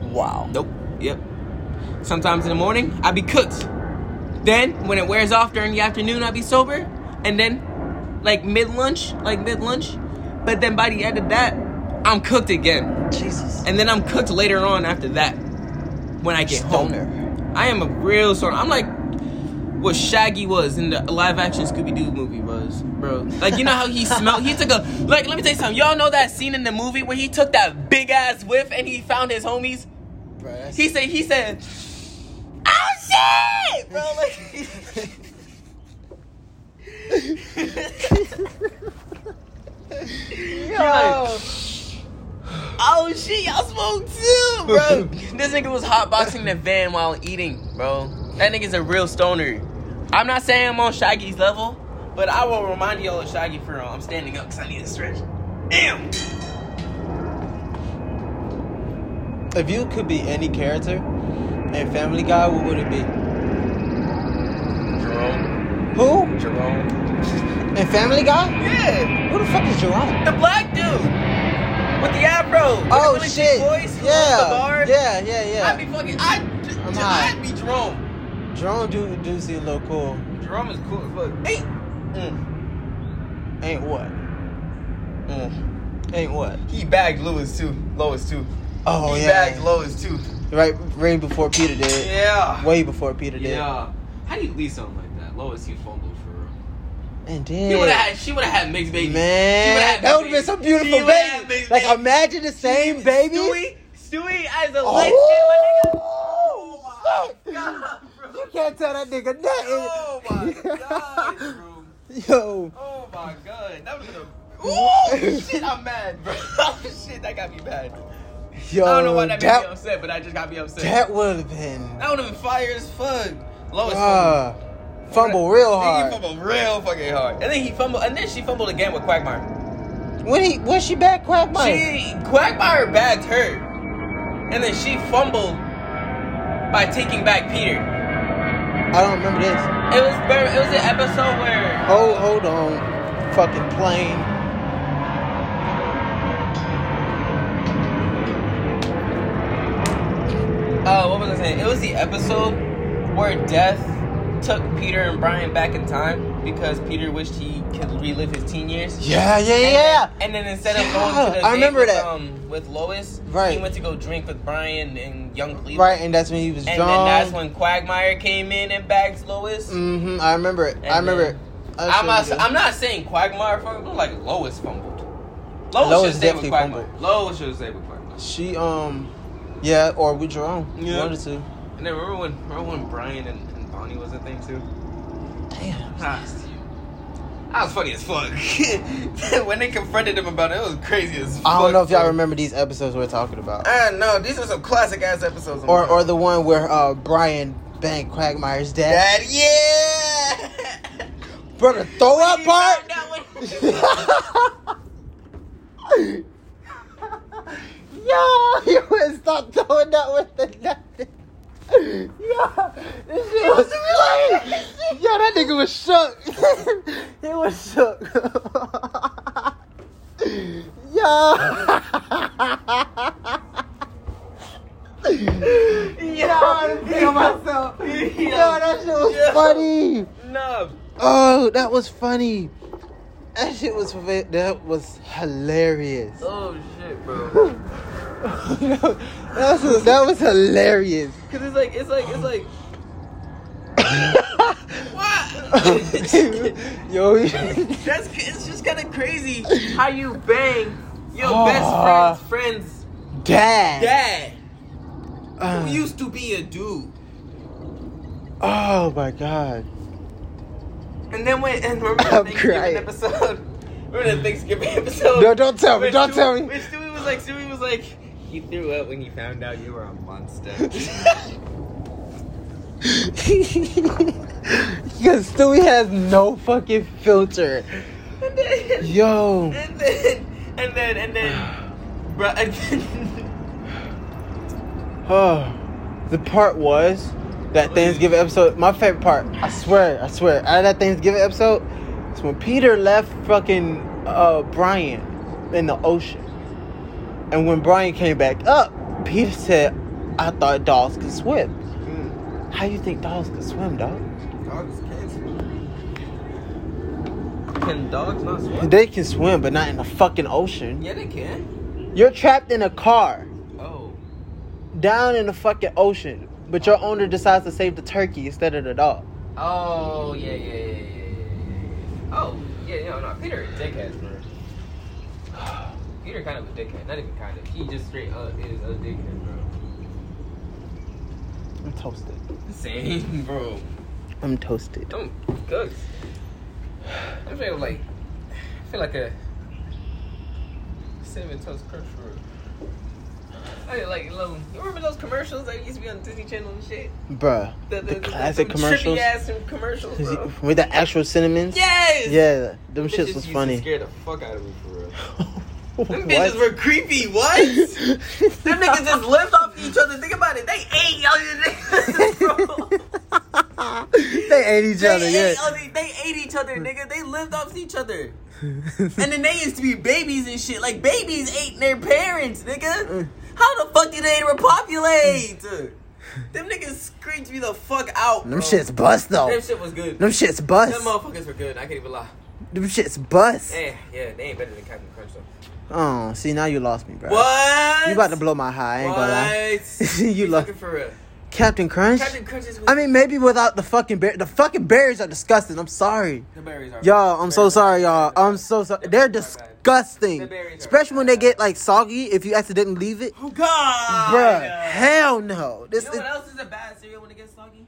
Speaker 1: Wow.
Speaker 4: Nope. Yep. Sometimes in the morning, I be cooked. Then when it wears off during the afternoon, I be sober. And then, like mid lunch, like mid lunch. But then by the end of that, I'm cooked again.
Speaker 1: Jesus.
Speaker 4: and then I'm cooked later on after that when I get
Speaker 1: Stoner.
Speaker 4: home. I am a real sort. I'm like what Shaggy was in the live action Scooby Doo movie was, bro. Like you know how he smelled. He took a like. Let me tell you something. Y'all know that scene in the movie where he took that big ass whiff and he found his homies.
Speaker 1: Bro, that's-
Speaker 4: He said. He said. Oh shit, bro. Like.
Speaker 1: Yo.
Speaker 4: Oh shit, y'all smoked too, bro. this nigga was hotboxing the van while eating, bro. That nigga's a real stoner. I'm not saying I'm on Shaggy's level, but I will remind y'all of Shaggy for real. I'm standing up because I need to stretch. Damn!
Speaker 1: If you could be any character in Family Guy, what would it be?
Speaker 4: Jerome.
Speaker 1: Who?
Speaker 4: Jerome.
Speaker 1: In Family Guy?
Speaker 4: Yeah!
Speaker 1: Who the fuck is Jerome?
Speaker 4: The black dude! With the afro! with
Speaker 1: Oh
Speaker 4: the really
Speaker 1: shit!
Speaker 4: deep Voice, who loves The
Speaker 1: yeah.
Speaker 4: bar.
Speaker 1: yeah, yeah, yeah,
Speaker 4: I'd be fucking. I'd,
Speaker 1: high.
Speaker 4: I'd be Jerome.
Speaker 1: Jerome do do seem a little cool.
Speaker 4: Jerome is cool as fuck. Hey! Mm.
Speaker 1: Ain't what?
Speaker 4: Mm.
Speaker 1: Ain't what?
Speaker 4: He bagged Lewis too. Lois too.
Speaker 1: Oh
Speaker 4: he bagged
Speaker 1: yeah.
Speaker 4: Lois too.
Speaker 1: Right, right before Peter did.
Speaker 4: Yeah.
Speaker 1: Way before Peter did.
Speaker 4: Yeah. How do you leave something like that? Lois, you fumbled for real.
Speaker 1: And
Speaker 4: He would have
Speaker 1: then.
Speaker 4: had. She would have had mixed babies. She would've
Speaker 1: Man,
Speaker 4: had
Speaker 1: that
Speaker 4: mixed
Speaker 1: would have been some
Speaker 4: babies. She
Speaker 1: beautiful
Speaker 4: would've had
Speaker 1: baby.
Speaker 4: mixed
Speaker 1: Like,
Speaker 4: babies.
Speaker 1: imagine the same baby.
Speaker 4: Stewie, Stewie as a light
Speaker 1: Oh,
Speaker 4: skin, my nigga. God, bro.
Speaker 1: You can't tell that nigga nothing.
Speaker 4: Oh my god, bro.
Speaker 1: Yo,
Speaker 4: Oh my god, that was a. Ooh, shit, I'm mad, bro. Oh shit, that got me mad.
Speaker 1: yo.
Speaker 4: I don't know why that made me
Speaker 1: that,
Speaker 4: upset, but I just got me upset.
Speaker 1: that would have been.
Speaker 4: That would have been fire as fuck. Lois
Speaker 1: Uh, fumble real hard.
Speaker 4: He fumbled real fucking hard. And then he fumbled, and then she fumbled again with Quagmire.
Speaker 1: When he when she back Quagmire?
Speaker 4: She Quagmire bagged her, and then she fumbled by taking back Peter.
Speaker 1: I don't remember this.
Speaker 4: It was bur- it was an episode where
Speaker 1: Oh, hold on, fucking plane.
Speaker 4: uh, what was I saying? It was the episode where Death took Peter and Brian back in time because Peter wished he could relive his teen years.
Speaker 1: Yeah, yeah,
Speaker 4: And
Speaker 1: yeah.
Speaker 4: Then, and then instead of
Speaker 1: Yeah,
Speaker 4: going to the
Speaker 1: I
Speaker 4: date
Speaker 1: remember
Speaker 4: with,
Speaker 1: that.
Speaker 4: um, with Lois,
Speaker 1: Right.
Speaker 4: he went to go drink with Brian and Young Cleveland.
Speaker 1: Right, and that's when he was
Speaker 4: And
Speaker 1: drunk.
Speaker 4: then that's when Quagmire came in and bags Lois.
Speaker 1: Mm-hmm. I remember it. I
Speaker 4: And
Speaker 1: remember
Speaker 4: then-
Speaker 1: it. I
Speaker 4: I'm not.
Speaker 1: sure
Speaker 4: I'm not saying Quagmire fumbled. Like Lois fumbled. Lois,
Speaker 1: Lois
Speaker 4: should stay with
Speaker 1: definitely
Speaker 4: Quagmire.
Speaker 1: fumbled.
Speaker 4: Lois should stay with Quagmire.
Speaker 1: did. She um, yeah, or with Jerome.
Speaker 4: Yeah.
Speaker 1: One or two.
Speaker 4: And then remember when remember when Brian and, and Bonnie was a thing too.
Speaker 1: Damn.
Speaker 4: Ah, That was funny as fuck. when they confronted him about it, it was crazy as fuck.
Speaker 1: I don't know if y'all
Speaker 4: bro.
Speaker 1: remember these episodes we're talking about,
Speaker 4: Ah, no, these are some classic ass episodes.
Speaker 1: or or the one where uh Brian banged Quagmire's dad.
Speaker 4: that, yeah.
Speaker 1: Bro, the throw up part.
Speaker 4: That one.
Speaker 1: Yo, you would stop throwing that with the nothing. Yo, this shit was hilarious. Yo, that nigga was shook. he was shook. Yo. Yo, I'm kill myself. Yo, that shit was
Speaker 4: Yo.
Speaker 1: funny.
Speaker 4: No.
Speaker 1: Oh, that was funny. That shit was fa- that was hilarious.
Speaker 4: Oh shit, bro.
Speaker 1: that was that was hilarious.
Speaker 4: Cause it's like it's like it's like. what?
Speaker 1: Yo,
Speaker 4: That's it's just kind of crazy how you bang your
Speaker 1: Ah.
Speaker 4: best friend's friend's
Speaker 1: dad.
Speaker 4: dad,
Speaker 1: Uh,
Speaker 4: who used to be a dude,
Speaker 1: oh my god.
Speaker 4: and then when and remember the
Speaker 1: I'm
Speaker 4: Thanksgiving
Speaker 1: crying.
Speaker 4: episode. Remember the Thanksgiving episode?
Speaker 1: No, don't tell me.
Speaker 4: When
Speaker 1: Don't
Speaker 4: Stewie-
Speaker 1: tell me.
Speaker 4: When Stewie was like, Stewie was like, he threw up when he found out you were a monster.
Speaker 1: Because Stewie has no fucking filter.
Speaker 4: and then,
Speaker 1: Yo.
Speaker 4: and then, and then, and then, bro, and then,
Speaker 1: Oh, the part was that Thanksgiving episode. My favorite part, I swear, I swear, out of that Thanksgiving episode, is when Peter left fucking uh, Brian in the ocean, and when Brian came back up, Peter said, "I thought dolls could swim. How you think dolls could swim, dog?
Speaker 4: dogs can't swim. Can dogs not swim?
Speaker 1: They can swim, but not in the fucking ocean.
Speaker 4: Yeah, they can.
Speaker 1: You're trapped in a car."
Speaker 4: Oh.
Speaker 1: down in the fucking ocean, but your owner decides to save the turkey instead of the dog.
Speaker 4: Oh yeah, yeah, yeah, yeah, yeah. yeah. Oh yeah, no, no. Peter is a dickhead, bro. Peter kind of a dickhead. Not even kind of. He just straight up is a dickhead, bro.
Speaker 1: I'm toasted.
Speaker 4: Same, bro.
Speaker 1: I'm toasted.
Speaker 4: Don't cooks. I'm feeling like I feel like a cinnamon toast crunch roll. I feel like little. You remember those commercials that used to be on Disney Channel and shit?
Speaker 1: Bruh, the, classic commercials
Speaker 4: Trippy ass commercials, bro.
Speaker 1: with the actual cinnamons.
Speaker 4: Yes.
Speaker 1: Yeah, them
Speaker 4: Bitches
Speaker 1: shits was
Speaker 4: used to
Speaker 1: funny.
Speaker 4: Scare the fuck out of me for real. Them
Speaker 1: What?
Speaker 4: bitches were creepy. What? Them niggas just lived off each other. Think about it. They ate other niggas, bro.
Speaker 1: they ate each
Speaker 4: They
Speaker 1: other,
Speaker 4: ate,
Speaker 1: yeah.
Speaker 4: other, they ate each other, nigga. They lived off each other. And then they used to be babies and shit. Like, babies ate their parents, nigga. How the fuck did they repopulate? Them niggas screeched me the fuck out. Bro.
Speaker 1: them shits bust though.
Speaker 4: Them shit was
Speaker 1: Them
Speaker 4: good. Them uh,
Speaker 1: shits bust.
Speaker 4: motherfuckers were good. I can't even lie.
Speaker 1: Them shits bust.
Speaker 4: Eh, yeah, they ain't better than Captain Crunch, though.
Speaker 1: Oh, see now you lost me, bro.
Speaker 4: What?
Speaker 1: You about to blow my high? I ain't gonna lie.
Speaker 4: What?
Speaker 1: You
Speaker 4: You
Speaker 1: lo-
Speaker 4: looking for real.
Speaker 1: Captain Crunch.
Speaker 4: Captain Crunch is
Speaker 1: I mean, maybe without the fucking bear. The fucking berries are disgusting. I'm sorry.
Speaker 4: the berries are
Speaker 1: Y'all, I'm so
Speaker 4: berries are-
Speaker 1: sorry, y'all. I'm so sorry. They're disgusting. Especially when they get like soggy if you accidentally leave it.
Speaker 4: Oh god.
Speaker 1: Bruh, hell no. This
Speaker 4: You know
Speaker 1: is
Speaker 4: what else is a bad cereal when it gets soggy?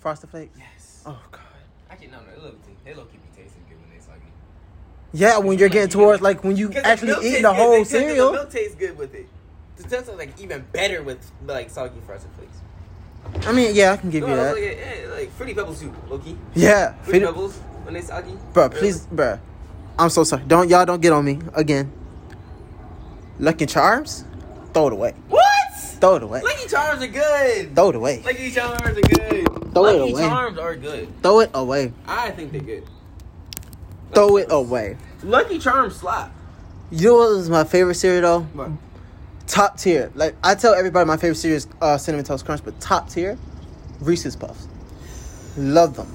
Speaker 1: Frosted Flakes.
Speaker 4: Yes.
Speaker 1: Oh god.
Speaker 4: Actually, no, no, they look, they look keep tasting good when they soggy.
Speaker 1: Yeah, when you're getting towards like when you
Speaker 4: 'Cause
Speaker 1: actually eat
Speaker 4: milk tastes
Speaker 1: the
Speaker 4: good.
Speaker 1: whole
Speaker 4: They said that The
Speaker 1: cereal.
Speaker 4: milk tastes good with it. The tastes are, like even better with like soggy frosted flakes.
Speaker 1: I mean, yeah, I can give
Speaker 4: No,
Speaker 1: you
Speaker 4: I was
Speaker 1: that.
Speaker 4: like, yeah, like fruity pebbles too, Loki.
Speaker 1: Yeah,
Speaker 4: Fruity
Speaker 1: feed-
Speaker 4: pebbles when they soggy.
Speaker 1: bruh, please, bruh. I'm so sorry. Don't y'all don't get on me again. Lucky Charms, throw it away.
Speaker 4: What?
Speaker 1: Throw it away.
Speaker 4: Lucky charms are good.
Speaker 1: Throw it away.
Speaker 4: Lucky charms are good.
Speaker 1: Throw it
Speaker 4: Lucky
Speaker 1: away.
Speaker 4: charms are good.
Speaker 1: Throw it away.
Speaker 4: I think they're good.
Speaker 1: Throw it away.
Speaker 4: Lucky charms slap.
Speaker 1: You know what was my favorite cereal though?
Speaker 4: What?
Speaker 1: top tier. Like I tell everybody, my favorite cereal is uh, cinnamon toast crunch, but top tier, Reese's Puffs. Love them.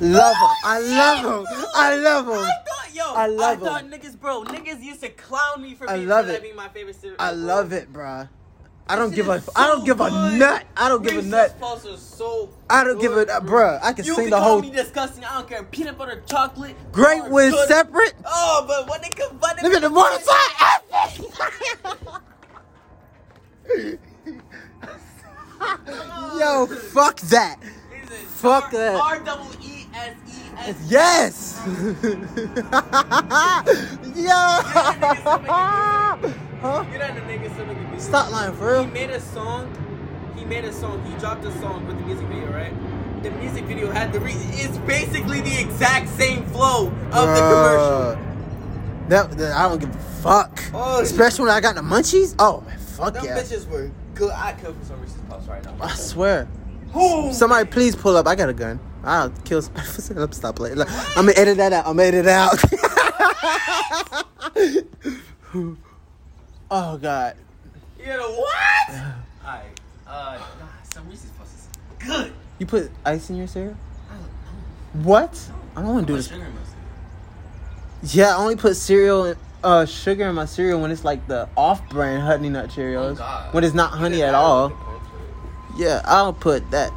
Speaker 1: Love them. I love them. I love
Speaker 4: I
Speaker 1: them.
Speaker 4: thought, yo,
Speaker 1: I love
Speaker 4: I thought
Speaker 1: 'em.
Speaker 4: niggas, bro, niggas used to clown me for
Speaker 1: I
Speaker 4: being,
Speaker 1: love
Speaker 4: for that
Speaker 1: it.
Speaker 4: being my favorite cereal.
Speaker 1: I love it, bruh. I don't
Speaker 4: Shit
Speaker 1: give a.
Speaker 4: is
Speaker 1: I don't
Speaker 4: so
Speaker 1: give a
Speaker 4: good.
Speaker 1: nut. I don't give a
Speaker 4: Reese's
Speaker 1: nut.
Speaker 4: Puffs are so
Speaker 1: I don't give a
Speaker 4: good,
Speaker 1: uh, bruh. I can
Speaker 4: you
Speaker 1: sing
Speaker 4: can
Speaker 1: the
Speaker 4: call
Speaker 1: whole.
Speaker 4: me disgusting. I don't care. Peanut butter, chocolate.
Speaker 1: Great
Speaker 4: are
Speaker 1: when
Speaker 4: good.
Speaker 1: separate.
Speaker 4: Oh, but when they combine it,
Speaker 1: Look at the water side. Yo, fuck that. fuck that.
Speaker 4: R double E S E S.
Speaker 1: Yes. Yo.
Speaker 4: Yeah.
Speaker 1: huh?
Speaker 4: You're not the niggas that make me.
Speaker 1: Stop lying, for
Speaker 4: He
Speaker 1: real.
Speaker 4: made a song. He made a song. He dropped a song with the music video, right? The music video had the re- It's basically the Uh, exact same flow of the commercial.
Speaker 1: Bruh. That, that- I don't give a fuck.
Speaker 4: Oh,
Speaker 1: Especially when I got the munchies. Oh man, fuck
Speaker 4: them
Speaker 1: yeah!
Speaker 4: bitches were good. I could for some Reese's Puffs right now.
Speaker 1: I swear.
Speaker 4: Who?
Speaker 1: Somebody please pull up. I got a gun. I'll kill somebody. Let's stop playing. Look, I'm gonna edit that out. I'm gonna edit it out. oh god.
Speaker 4: You know what? Alright. Uh, nah, some Reese's Puffs is good.
Speaker 1: You put ice in your cereal?
Speaker 4: I don't know.
Speaker 1: What? I don't want to do
Speaker 4: Put
Speaker 1: this.
Speaker 4: sugar in my cereal.
Speaker 1: Yeah, I only put cereal and uh, sugar in my cereal when it's like the off-brand Honey Nut Cheerios.
Speaker 4: Oh, God.
Speaker 1: when it's not honey at all. Yeah, I'll put that.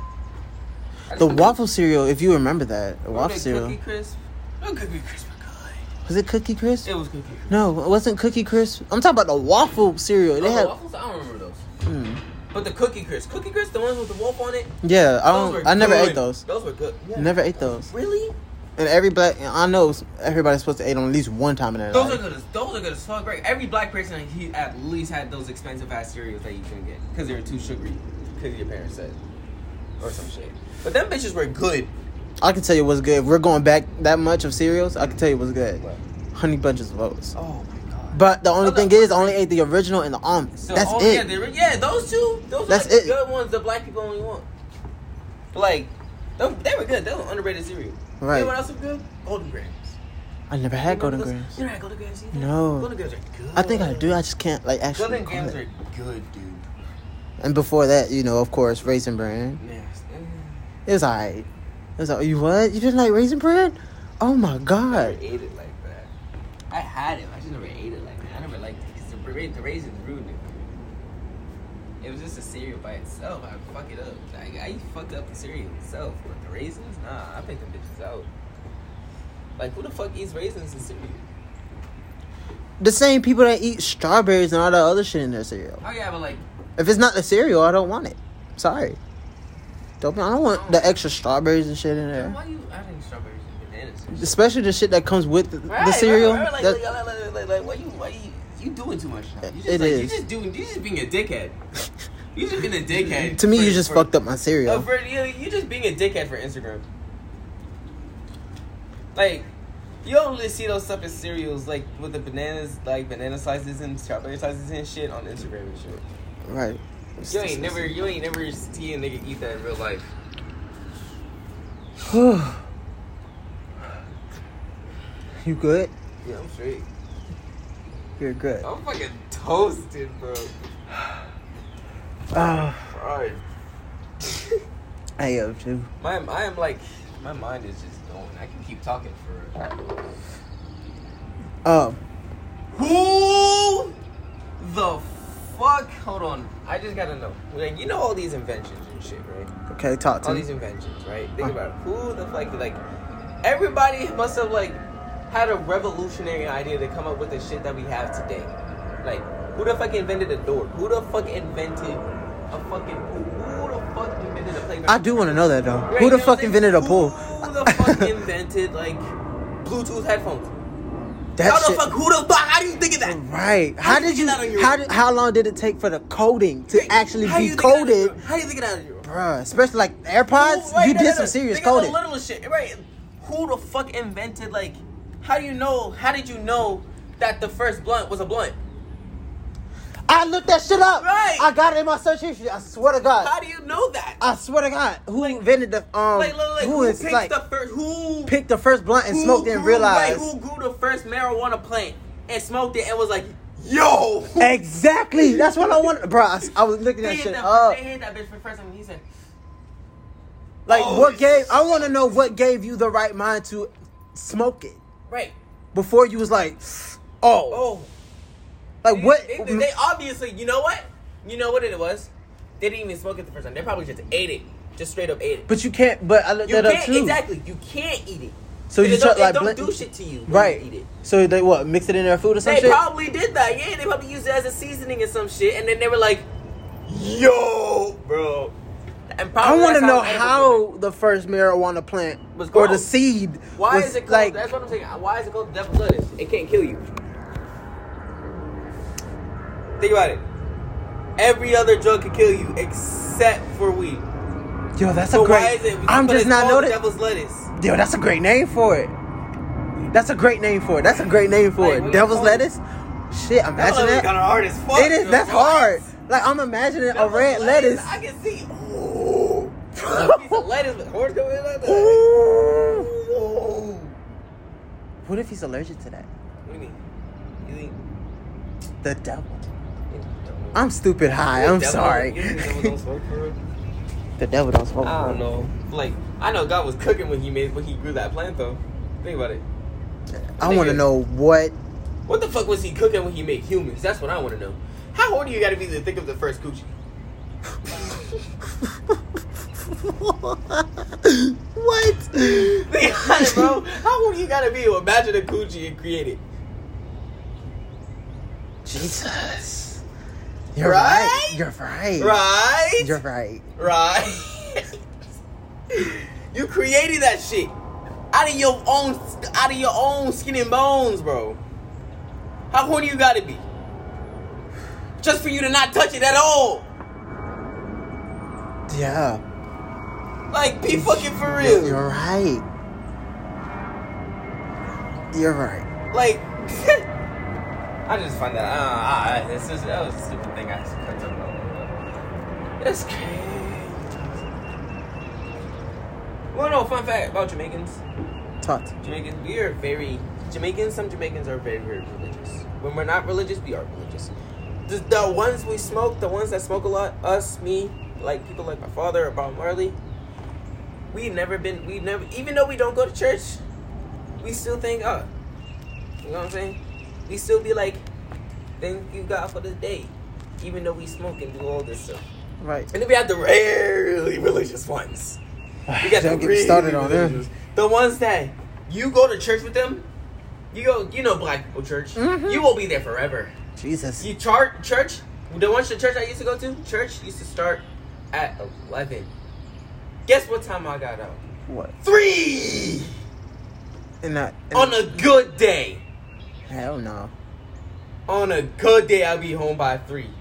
Speaker 1: The waffle cereal, if you remember that, the waffle cereal
Speaker 4: Cookie Crisp. No Cookie Crisp, my God.
Speaker 1: was it Cookie Crisp?
Speaker 4: It was Cookie Crisp.
Speaker 1: No, it wasn't Cookie Crisp. I'm talking about the waffle cereal. They
Speaker 4: Oh,
Speaker 1: had mm,
Speaker 4: the waffles? I don't remember those. But the Cookie Crisp. Cookie Crisp, the ones with the wolf on it?
Speaker 1: yeah. I
Speaker 4: Those
Speaker 1: don't.
Speaker 4: were
Speaker 1: Oh, I never
Speaker 4: good.
Speaker 1: ate those.
Speaker 4: Those were good. Yeah.
Speaker 1: Never ate those.
Speaker 4: Really?
Speaker 1: And every black, I know everybody's supposed to eat them at least one time in their
Speaker 4: Those are
Speaker 1: life.
Speaker 4: good. As, those are good as fuck. Right? Every black person he at least had those expensive ass cereals that you couldn't get because they were too sugary. Because your parents said, or some shit. But them bitches were good.
Speaker 1: I can tell you what's good. If we're going back that much of cereals, I can tell you what's good.
Speaker 4: What?
Speaker 1: Honey bunches of oats.
Speaker 4: Oh my god.
Speaker 1: But the only
Speaker 4: Oh,
Speaker 1: thing
Speaker 4: the-
Speaker 1: is, I only ate the original and the almonds.
Speaker 4: So,
Speaker 1: That's
Speaker 4: oh,
Speaker 1: it.
Speaker 4: Yeah, they were- yeah, those two. Those
Speaker 1: That's
Speaker 4: are the
Speaker 1: it.
Speaker 4: good ones that black people only want. Like, they, they were good. They were underrated cereal. You
Speaker 1: Right.
Speaker 4: know what else was good? Golden Grams.
Speaker 1: I never had Golden
Speaker 4: Remember those?
Speaker 1: Grams.
Speaker 4: You never had Golden Grams either.
Speaker 1: No.
Speaker 4: Golden Grams are good.
Speaker 1: I think I do. I just can't like actually.
Speaker 4: Golden
Speaker 1: recall
Speaker 4: Grams
Speaker 1: it.
Speaker 4: are good, dude.
Speaker 1: And before that, you know, of course, Raisin Bran.
Speaker 4: Man, I-
Speaker 1: It was alright. It was like, you what? You didn't like Raisin Bran? Oh my
Speaker 4: I
Speaker 1: god.
Speaker 4: never ate it like that. I had it. I just never ate it like that. I never liked it because the, ra- the raisins ruined it. It was just a cereal by itself. I would fuck it up. Like, I fucked up the cereal itself, but the raisins, nah. I picked them bitches out. Like, who the fuck eats raisins in cereal?
Speaker 1: The same people that eat strawberries and all that other shit in their cereal.
Speaker 4: Oh yeah, but like,
Speaker 1: If it's not the cereal, I don't want it. Sorry. Don't. I don't want the extra strawberries and shit in there.
Speaker 4: why you adding strawberries and bananas? and shit?
Speaker 1: Especially the shit that comes with the, the
Speaker 4: Right, right,
Speaker 1: cereal.
Speaker 4: right, like,
Speaker 1: That-
Speaker 4: like, like, like, like, like, why you, why you, you doing too much? Now. You just,
Speaker 1: It
Speaker 4: like,
Speaker 1: is.
Speaker 4: You just doing. You just being a dickhead. You just being a dickhead.
Speaker 1: to me,
Speaker 4: for-
Speaker 1: you just
Speaker 4: for-
Speaker 1: fucked up my
Speaker 4: Oh,
Speaker 1: cereal.
Speaker 4: for, you, you just being a dickhead for Instagram. Like, you only see those stuff in cereals, like with the bananas, like banana slices and strawberry slices and shit on Instagram and shit.
Speaker 1: right.
Speaker 4: You ain't never, you ain't never see a nigga eat that in real life.
Speaker 1: you good?
Speaker 4: Yeah, I'm straight.
Speaker 1: You're good.
Speaker 4: I'm fucking toasted, bro.
Speaker 1: Ah,
Speaker 4: Fried.
Speaker 1: I am too.
Speaker 4: My, I am like, my mind is just going. I can keep talking for.
Speaker 1: Um,
Speaker 4: Who the fuck? Hold on. I just gotta know. Like, you know all these inventions and shit, right?
Speaker 1: okay, talk to
Speaker 4: all
Speaker 1: me.
Speaker 4: these inventions, right? Think
Speaker 1: Uh.
Speaker 4: about it. Who the fuck, like, everybody must have, like, had a revolutionary idea to come up with the shit that we have today. Like, who the fuck invented a door? Who the fuck invented a fucking pool? Who the fuck invented a playground?
Speaker 1: I do want to know that though.
Speaker 4: Right,
Speaker 1: Who
Speaker 4: you
Speaker 1: the
Speaker 4: know what
Speaker 1: fuck
Speaker 4: I'm saying?
Speaker 1: invented a pool?
Speaker 4: Who the fuck invented, like, Bluetooth headphones?
Speaker 1: that
Speaker 4: how the
Speaker 1: shit.
Speaker 4: fuck, who the fuck, how do you think of that?
Speaker 1: Right. How,
Speaker 4: How you
Speaker 1: did
Speaker 4: get
Speaker 1: you?
Speaker 4: that on your-
Speaker 1: How did, How long did it take for the coding to actually
Speaker 4: How do
Speaker 1: be
Speaker 4: you think of that in your-
Speaker 1: coded?
Speaker 4: How do you think of that in your
Speaker 1: Bruh, especially like AirPods,
Speaker 4: Who- right,
Speaker 1: you
Speaker 4: no,
Speaker 1: did
Speaker 4: no, no.
Speaker 1: some serious
Speaker 4: Think of the
Speaker 1: coding.
Speaker 4: little shit, right? Who the fuck invented like? How do you know? How did you know that the first blunt was a blunt?
Speaker 1: I looked that shit up.
Speaker 4: Right.
Speaker 1: I got it in my search history. I swear to
Speaker 4: How
Speaker 1: God.
Speaker 4: do you know that?
Speaker 1: I swear to God. Who invented the um?
Speaker 4: like, like, like,
Speaker 1: who
Speaker 4: who,
Speaker 1: is
Speaker 4: picked
Speaker 1: like
Speaker 4: the first? Who
Speaker 1: picked the first blunt and
Speaker 4: who
Speaker 1: smoked it and
Speaker 4: grew-
Speaker 1: realized?
Speaker 4: Right, who grew the first marijuana plant and smoked it and was like, yo, who
Speaker 1: Exactly. That's what I wanted, bro. I, s- I was looking that
Speaker 4: hit
Speaker 1: shit
Speaker 4: that,
Speaker 1: up.
Speaker 4: they hit that bitch for the first time. And he said,
Speaker 1: Like,
Speaker 4: Oh,
Speaker 1: what gave? I want to know what gave you the right mind to smoke it
Speaker 4: right,
Speaker 1: before you was like, oh,
Speaker 4: oh,
Speaker 1: like
Speaker 4: They-
Speaker 1: what?
Speaker 4: They, they obviously, you know what? You know what it was? They didn't even smoke it the first time. They probably just ate it, just straight up ate it.
Speaker 1: but you can't. But I looked
Speaker 4: You
Speaker 1: that up
Speaker 4: can't
Speaker 1: too.
Speaker 4: exactly. You can't eat it.
Speaker 1: So
Speaker 4: It
Speaker 1: you
Speaker 4: don't,
Speaker 1: try-
Speaker 4: it
Speaker 1: like,
Speaker 4: don't
Speaker 1: blend-
Speaker 4: do shit to you. when
Speaker 1: Right.
Speaker 4: You eat it.
Speaker 1: So they what? Mix it in their food or some
Speaker 4: They
Speaker 1: shit.
Speaker 4: probably did that. Yeah, they probably used it as a seasoning or some shit, and then they were like, "Yo, bro." And
Speaker 1: I
Speaker 4: probably
Speaker 1: want to
Speaker 4: that's
Speaker 1: know
Speaker 4: edible it
Speaker 1: how the first marijuana plant
Speaker 4: Was
Speaker 1: or the
Speaker 4: grown.
Speaker 1: seed.
Speaker 4: is. Why
Speaker 1: was,
Speaker 4: is it called?
Speaker 1: like?
Speaker 4: that's what I'm saying. Why is it called devil's lettuce? It can't kill you. Think about it. Every other drug could kill you except for weed.
Speaker 1: Yo, that's
Speaker 4: So
Speaker 1: a great.
Speaker 4: why is it?
Speaker 1: I'm
Speaker 4: but
Speaker 1: just
Speaker 4: it's
Speaker 1: not
Speaker 4: called
Speaker 1: noticing.
Speaker 4: Devil's lettuce.
Speaker 1: Yo, that's a great name for it. That's a great name for it. That's a great name for
Speaker 4: Like,
Speaker 1: it.
Speaker 4: what you
Speaker 1: Devil's
Speaker 4: call it?
Speaker 1: lettuce. Shit, imagine that.
Speaker 4: Kind of hard as fuck.
Speaker 1: It is. That's hard. Like I'm imagining a red lettuce.
Speaker 4: I can see. Ooh. a piece of lettuce with horse going like that.
Speaker 1: Ooh.
Speaker 4: Ooh.
Speaker 1: What if he's allergic to that?
Speaker 4: What do you mean? You think?
Speaker 1: The devil.
Speaker 4: you don't know.
Speaker 1: I'm stupid high.
Speaker 4: You
Speaker 1: I'm
Speaker 4: devil-
Speaker 1: sorry.
Speaker 4: You think the devil don't smoke for real?
Speaker 1: The devil don't smoke.
Speaker 4: I don't know. Like I know God was cooking when he made when he grew that plant though. Think about it.
Speaker 1: I want to
Speaker 4: Nigga.
Speaker 1: know what.
Speaker 4: What the fuck was he cooking when he made humans? That's what I want to know. How old do you gotta be to think of the first coochie?
Speaker 1: what?
Speaker 4: Be honest, bro. How old you gotta be to imagine a coochie and create it?
Speaker 1: Jesus. You're
Speaker 4: Right?
Speaker 1: right? You're right.
Speaker 4: Right?
Speaker 1: You're right.
Speaker 4: Right? you created that shit out of your own out of your own skin and bones, bro. How old do you gotta be? Just for you to not touch it at all.
Speaker 1: Yeah.
Speaker 4: Like be fucking for real.
Speaker 1: You're right. You're right.
Speaker 4: Like, I just find that uh, uh, it's just, that was a stupid thing I just cut to know. That's crazy. Well, no fun fact about Jamaicans.
Speaker 1: Talk to
Speaker 4: Jamaicans, we are very Jamaicans. Some Jamaicans are very, very religious. When we're not religious, we are religious. The, the ones we smoke, the ones that smoke a lot, us, me, like people like my father or Bob Marley. We never been. We never, even though we don't go to church, we still thank God. You know what I'm saying? We still be like, thank you God for this day, even though we smoke and do all this stuff.
Speaker 1: Right.
Speaker 4: And then we have the really religious ones. We got
Speaker 1: Don't
Speaker 4: the
Speaker 1: get me started
Speaker 4: really
Speaker 1: on them.
Speaker 4: religious- The ones that you go to church with them, you go, you know, black people church. You will be there forever.
Speaker 1: Jesus.
Speaker 4: You chart church. The one the church I used to go to, church used to start at eleven. Guess what time I got up?
Speaker 1: What?
Speaker 4: Three
Speaker 1: And that. and-
Speaker 4: on a good day.
Speaker 1: Hell no.
Speaker 4: On a good day, I'll be home by three.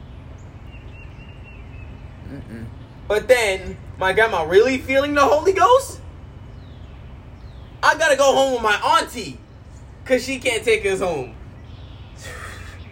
Speaker 1: Mm-mm.
Speaker 4: But then, my grandma really feeling the Holy Ghost? I gotta go home with my auntie. Cause she can't take us home.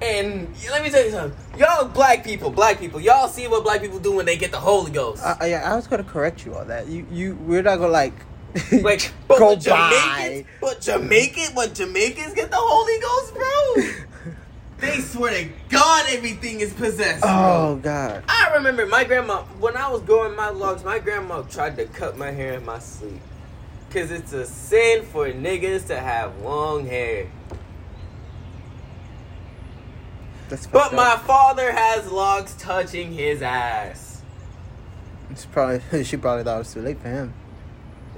Speaker 4: And let me tell you something. Y'all black people, black people, y'all see what black people do when they get the Holy Ghost.
Speaker 1: I, I, I was gonna correct you on that. You you we're not gonna like
Speaker 4: like, but
Speaker 1: go
Speaker 4: the
Speaker 1: by.
Speaker 4: Jamaicans, but Jamaican, but Jamaicans get the Holy Ghost, bro. they swear to God everything is possessed. bro.
Speaker 1: Oh God.
Speaker 4: I remember my grandma when I was growing my locks. My grandma tried to cut my hair in my sleep, cause it's a sin for niggas to have long hair.
Speaker 1: That's
Speaker 4: But
Speaker 1: fucked
Speaker 4: my
Speaker 1: up.
Speaker 4: father has locks touching his ass.
Speaker 1: It's probably she probably thought it was too late for him.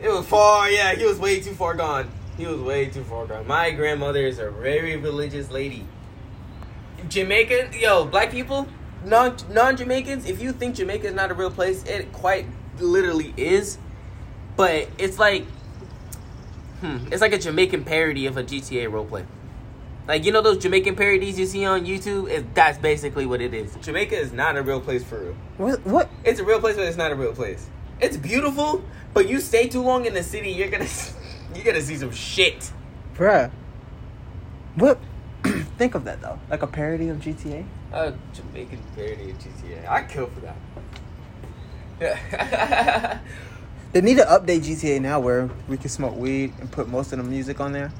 Speaker 4: It was far, yeah. He was way too far gone. He was way too far gone. My grandmother is a very religious lady. Jamaican, yo, black people, non non Jamaicans. If you think Jamaica is not a real place, it quite literally is. But it's like, hmm, it's like a Jamaican parody of a GTA roleplay. Like you know those Jamaican parodies you see on YouTube. It, that's basically what it is. Jamaica is not a real place for real.
Speaker 1: What what?
Speaker 4: It's a real place, but it's not a real place. It's beautiful, but you stay too long in the city, you're gonna you're gonna see some shit.
Speaker 1: Bruh. What think of that though? Like a parody of GTA?
Speaker 4: Uh, Jamaican parody of GTA. I kill for that.
Speaker 1: They need to update GTA now where we can smoke weed and put most of the music on there.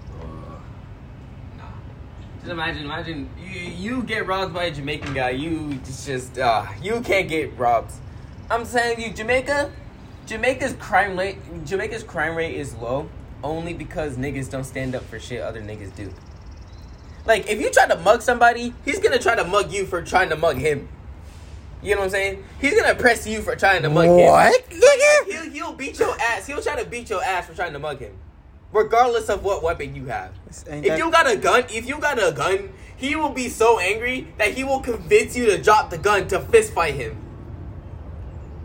Speaker 4: Just imagine, imagine you, you get robbed by a Jamaican guy. You it's just uh, you can't get robbed. I'm saying you Jamaica, Jamaica's crime rate, Jamaica's crime rate is low only because niggas don't stand up for shit other niggas do. Like if you try to mug somebody, he's gonna try to mug you for trying to mug him. You know what I'm saying? He's gonna press you for trying to mug him.
Speaker 1: What, nigga?
Speaker 4: He'll, he'll beat your ass. He'll try to beat your ass for trying to mug him, regardless of what weapon you have.
Speaker 1: This
Speaker 4: If
Speaker 1: ain't that-
Speaker 4: you got a gun, if you got a gun, he will be so angry that he will convince you to drop the gun to fist fight him.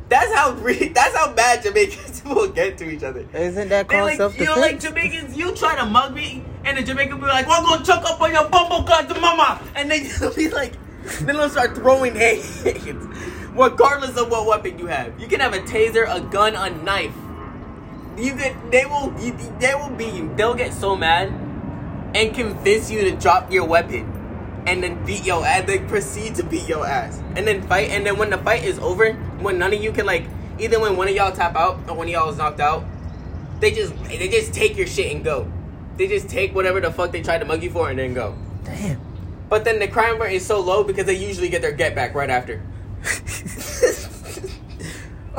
Speaker 4: That's how re- that's how bad Jamaicans will get to each other.
Speaker 1: Isn't that
Speaker 4: They
Speaker 1: called
Speaker 4: like
Speaker 1: self
Speaker 4: you know, like
Speaker 1: defense?
Speaker 4: Jamaicans, you try to mug me, and the Jamaican be like, "We're gonna chuck up on your bumble gun to mama," and then they'll be like, then they'll start throwing hands, regardless of what weapon you have. You can have a taser, a gun, a knife. You can. They will. You, they will be. They'll get so mad and convince you to drop your weapon. and then beat your ass. They proceed to beat your ass, and then fight. And then when the fight is over, when none of you can like, either when one of y'all tap out or one of y'all is knocked out, they just they just take your shit and go. They just take whatever the fuck they tried to mug you for and then go.
Speaker 1: Damn.
Speaker 4: But then the crime rate is so low because they usually get their get back right after.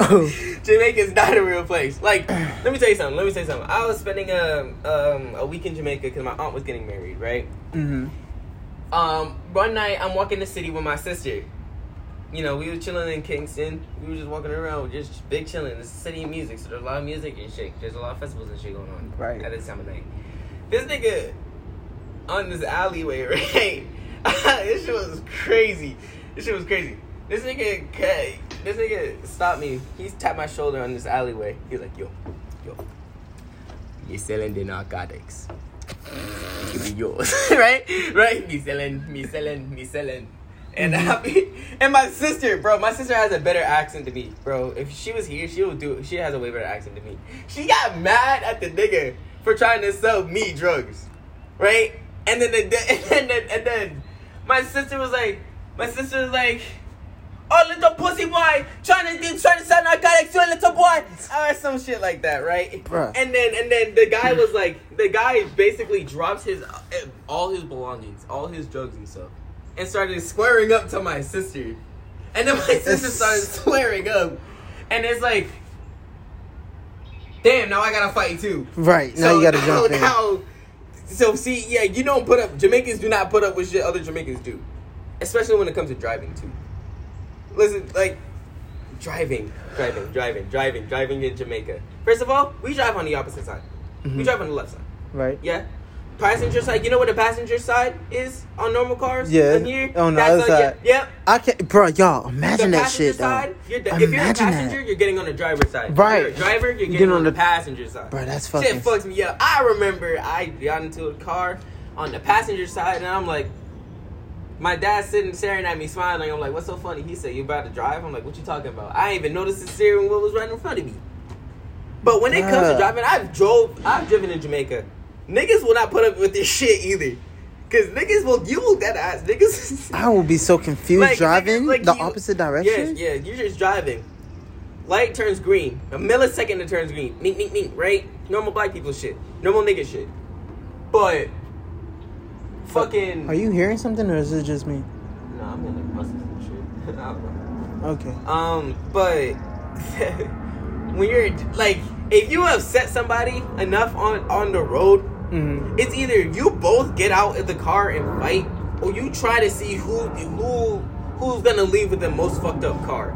Speaker 1: Oh,
Speaker 4: Jamaica's not a real place. Like, let me tell you something. Let me tell you something. I was spending um um, a week in Jamaica because my aunt was getting married, right?
Speaker 1: mm-hmm.
Speaker 4: Um, one night I'm walking the city with my sister. You know, we were chilling in Kingston. We were just walking around, just big chilling. It's a city of music, so there's a lot of music and shit. There's a lot of festivals and shit going on
Speaker 1: Right.
Speaker 4: at this time of night. This nigga on this alleyway, right? this shit was crazy. This shit was crazy. This nigga, ca- this nigga stopped me. He tapped my shoulder on this alleyway. He's like, yo, yo, you're selling the narcotics give me yours, right? Right? Me selling, me selling, me selling. And I be, and my sister, bro, my sister has a better accent than me, bro. If she was here, she would do. She has a way better accent than me. She got mad at the nigga for trying to sell me drugs, right? And then the, the and then and then my sister was like, my sister was like. Oh, little pussy boy, trying to trying to sell narcotics to a little boy, or some shit like that, right?
Speaker 1: Bruh.
Speaker 4: And then and then the guy was like, the guy basically drops his all his belongings, all his drugs and stuff, and started squaring up to my sister, and then my sister started squaring up, and it's like, damn, now I gotta fight too.
Speaker 1: right. Now you gotta jump in.
Speaker 4: Now, so see, yeah, you don't put up. Jamaicans do not put up with shit other Jamaicans do, especially when it comes to driving too. Listen, like driving, driving, driving, driving, driving in Jamaica. First of all, we drive on the opposite side.
Speaker 1: Mm-hmm.
Speaker 4: We drive on the left side.
Speaker 1: Right.
Speaker 4: Yeah. Passenger side. You know what the passenger side is on normal cars?
Speaker 1: Yeah,
Speaker 4: In here?
Speaker 1: on the
Speaker 4: That's
Speaker 1: other
Speaker 4: on-
Speaker 1: side.
Speaker 4: Yep. Yeah,
Speaker 1: I can't, bro. Y'all, imagine
Speaker 4: the
Speaker 1: that
Speaker 4: passenger
Speaker 1: shit,
Speaker 4: side,
Speaker 1: though.
Speaker 4: you're the- if
Speaker 1: imagine
Speaker 4: you're a passenger,
Speaker 1: that.
Speaker 4: you're getting on the driver's side. If
Speaker 1: Right.
Speaker 4: you're a driver, you're getting, on, the passenger side.
Speaker 1: Bro, that's fucking-
Speaker 4: Shit fucks me up. I remember I got into a car on the passenger side, and I'm like, my dad's sitting staring at me, smiling. I'm like, what's so funny? He said, you about to drive? I'm like, what you talking about? I ain't even noticed the steering wheel was right in front of me. But when it comes to
Speaker 1: Bruh.
Speaker 4: driving, I've drove, I've driven in Jamaica. Niggas will not put up with this shit either. Cause niggas will, you will dead ass niggas.
Speaker 1: I will be so confused
Speaker 4: Like,
Speaker 1: driving
Speaker 4: like
Speaker 1: the
Speaker 4: you-
Speaker 1: opposite direction.
Speaker 4: Yes, yeah, you're just driving. Light turns green. A millisecond it turns green. Meet, meet, meet, right? Normal black people shit. Normal nigga shit. But fucking
Speaker 1: Are you hearing something, or is it just me?
Speaker 4: No, I'm in the buses and shit. I don't know.
Speaker 1: Okay.
Speaker 4: Um, but when you're like, if you upset somebody enough on on the road,
Speaker 1: Mhm.
Speaker 4: it's either you both get out of the car and fight, or you try to see who who who's gonna leave with the most fucked up car.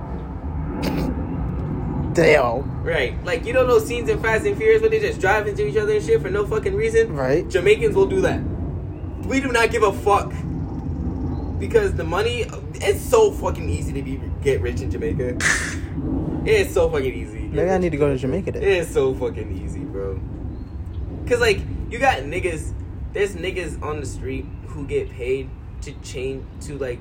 Speaker 4: Uh,
Speaker 1: Damn.
Speaker 4: Right, like you know those scenes in Fast and Furious where they just drive into each other and shit for no fucking reason.
Speaker 1: Right.
Speaker 4: Jamaicans will do that. We do not give a fuck because the money. It's so fucking easy to be get rich in Jamaica. it's so fucking easy.
Speaker 1: Maybe I need to go to Jamaica then.
Speaker 4: It's so fucking easy, bro. Cause like you got niggas, there's niggas on the street who get paid to change to like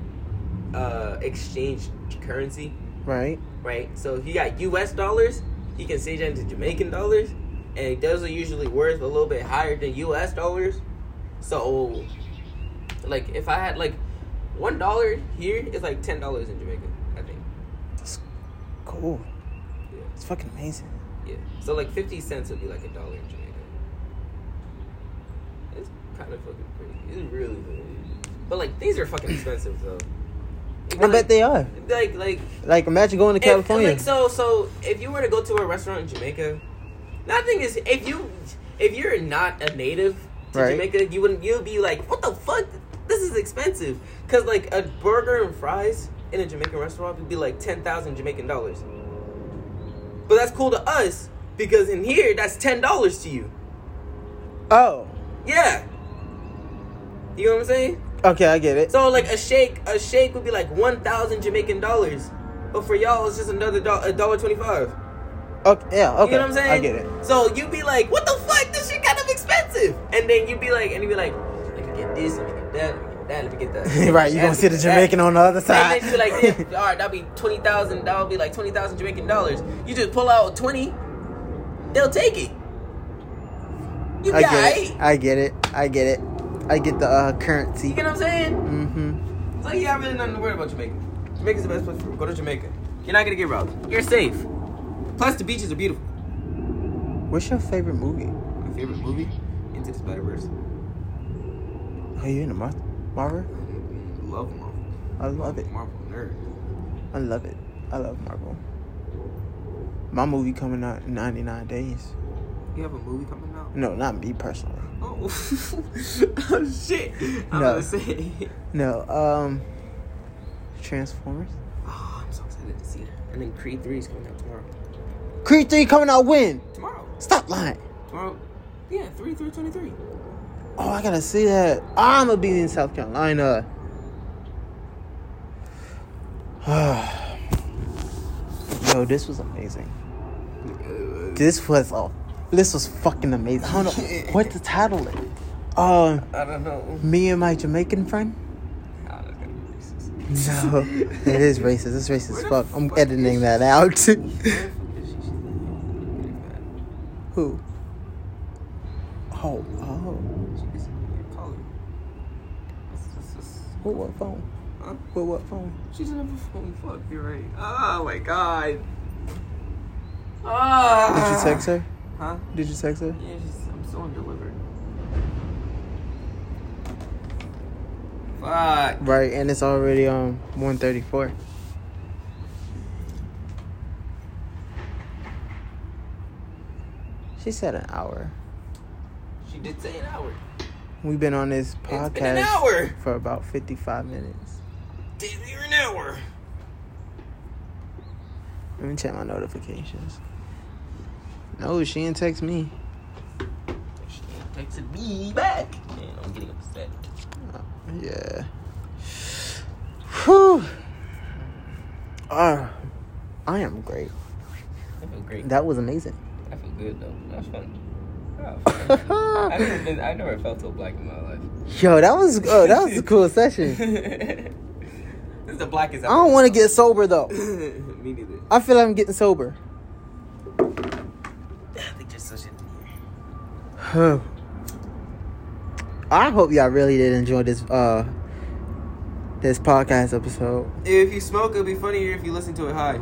Speaker 4: uh exchange currency,
Speaker 1: Right.
Speaker 4: right? So if you got U.S. dollars, you can change that into Jamaican dollars, and those are usually worth a little bit higher than U.S. dollars. So, like if I had like one dollar here is like ten dollars in Jamaica, I think.
Speaker 1: Cool.
Speaker 4: Yeah.
Speaker 1: It's fucking amazing.
Speaker 4: Yeah. So like fifty cents would be like a dollar in Jamaica. It's kind of fucking crazy. It's really good. But like things are fucking expensive though.
Speaker 1: I bet they are.
Speaker 4: Like like
Speaker 1: Like, imagine going to
Speaker 4: if-
Speaker 1: California.
Speaker 4: like so so if you were to go to a restaurant in Jamaica, nothing is if you if you're not a native to
Speaker 1: Right.
Speaker 4: Jamaica, you wouldn't you'd be like, what the fuck? This is expensive. Cause like a burger and fries in a Jamaican restaurant would be like ten thousand Jamaican dollars. But that's cool to us because in here that's ten dollars to you.
Speaker 1: oh.
Speaker 4: Yeah. You know what I'm saying?
Speaker 1: Okay, I get it.
Speaker 4: So like a shake, a shake would be like one thousand Jamaican dollars, but for y'all it's just another do- a dollar twenty five.
Speaker 1: okay, yeah. Okay.
Speaker 4: You know what I'm saying?
Speaker 1: I get it.
Speaker 4: So you'd be like, what the fuck? This shit kind of expensive. And then you'd be like, and you'd be like, let me get this, let me get that, let me get that, let me get that. let me get
Speaker 1: right. You
Speaker 4: that,
Speaker 1: gonna see the
Speaker 4: let me get that.
Speaker 1: Jamaican on the other side.
Speaker 4: And then you'd be like, yeah, all right, that'll be 20,000, that'll be like 20,000 Jamaican dollars. You just pull out 20, they'll take it. You
Speaker 1: I
Speaker 4: got
Speaker 1: get it.
Speaker 4: it.
Speaker 1: I get it. I get it. I get the uh,
Speaker 4: You
Speaker 1: currency.
Speaker 4: get what I'm saying?
Speaker 1: Mm-hmm.
Speaker 4: It's like you have really nothing to worry about Jamaica. Jamaica's the best place for Go to Jamaica. You're not gonna get robbed. You're safe. Plus, the beaches are beautiful.
Speaker 1: What's your favorite movie?
Speaker 4: My favorite movie? Into the Spider Verse.
Speaker 1: Are you in a Mar- Marvel?
Speaker 4: Love Marvel.
Speaker 1: I love it.
Speaker 4: Marvel nerd.
Speaker 1: I love it. I love Marvel. My movie coming out in 99 days.
Speaker 4: You have a movie coming out?
Speaker 1: No, not me personally.
Speaker 4: Oh, oh shit!
Speaker 1: No.
Speaker 4: I'm gonna say.
Speaker 1: No, um, Transformers.
Speaker 4: Oh, I'm so excited to see it. And then Creed 3 is coming out tomorrow.
Speaker 1: Creed 3 coming out when?
Speaker 4: Tomorrow.
Speaker 1: Stop lying.
Speaker 4: Tomorrow. Yeah, 3 through 23.
Speaker 1: Oh, I gotta see that. I'm gonna be in South Carolina. Yo, this was amazing. This was a, this was fucking amazing. I don't know what to title it. Uh,
Speaker 4: I don't know.
Speaker 1: me and my Jamaican friend.
Speaker 4: How that's gonna be racist.
Speaker 1: No, it is racist. It's racist as
Speaker 4: Where the
Speaker 1: fuck. I'm
Speaker 4: fuck is
Speaker 1: editing that out.
Speaker 4: Where the fuck is she? She's not
Speaker 1: Who? Oh, oh.
Speaker 4: here. She's in color. This- this- this-
Speaker 1: With what phone?
Speaker 4: Huh?
Speaker 1: With what phone?
Speaker 4: She doesn't have a phone. Fuck, you're right. Oh my god. Ah.
Speaker 1: Did you text her?
Speaker 4: Huh?
Speaker 1: Did you text her?
Speaker 4: Yeah, she's, I'm so undelivered. Fuck.
Speaker 1: Right, and it's already um 134. She said an hour.
Speaker 4: She did say an hour.
Speaker 1: We've been on this podcast
Speaker 4: It's been an hour.
Speaker 1: for about 55 minutes.
Speaker 4: Did you an hour?
Speaker 1: Let me check my notifications. No, she didn't text me.
Speaker 4: She texted me back. Man, I'm getting upset.
Speaker 1: Yeah. Whew. Ah, I am great.
Speaker 4: I feel great.
Speaker 1: That was amazing.
Speaker 4: I feel good though. That was fun. That was fun. I never been. I never felt so black in my life.
Speaker 1: Yo, that was oh, that was a cool session.
Speaker 4: this is the blackest.
Speaker 1: I don't want to get sober though.
Speaker 4: get. me neither.
Speaker 1: I feel like I'm getting sober.
Speaker 4: I think just such a.
Speaker 1: I hope y'all really did enjoy this uh this podcast episode
Speaker 4: If you smoke, it'll be funnier if you listen to it high.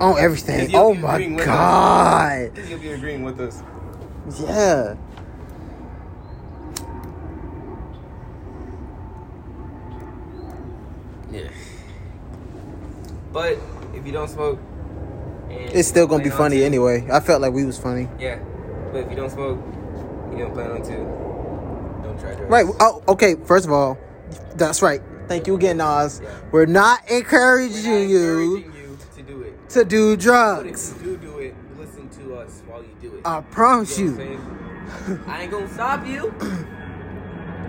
Speaker 1: on everything.
Speaker 4: If you-
Speaker 1: Oh
Speaker 4: you
Speaker 1: my
Speaker 4: agreeing with us.
Speaker 1: god.
Speaker 4: You'll be agreeing with us.
Speaker 1: Yeah.
Speaker 4: Yeah. But if you don't smoke, and
Speaker 1: It's still going to
Speaker 4: you
Speaker 1: be
Speaker 4: plan on
Speaker 1: funny
Speaker 4: to-
Speaker 1: anyway. I felt like we was funny.
Speaker 4: Yeah, but if you don't smoke, you don't plan on to. Don't try drugs.
Speaker 1: Right. Oh, okay. First of all, that's right. Thank you again, Nas. We're not
Speaker 4: We're
Speaker 1: encouraging
Speaker 4: not
Speaker 1: you
Speaker 4: encouraging you to do it.
Speaker 1: to do
Speaker 4: But if
Speaker 1: drugs.
Speaker 4: you do do it, listen to us while you do it.
Speaker 1: I promise
Speaker 4: You know what
Speaker 1: you.
Speaker 4: I'm saying? I ain't gonna stop you.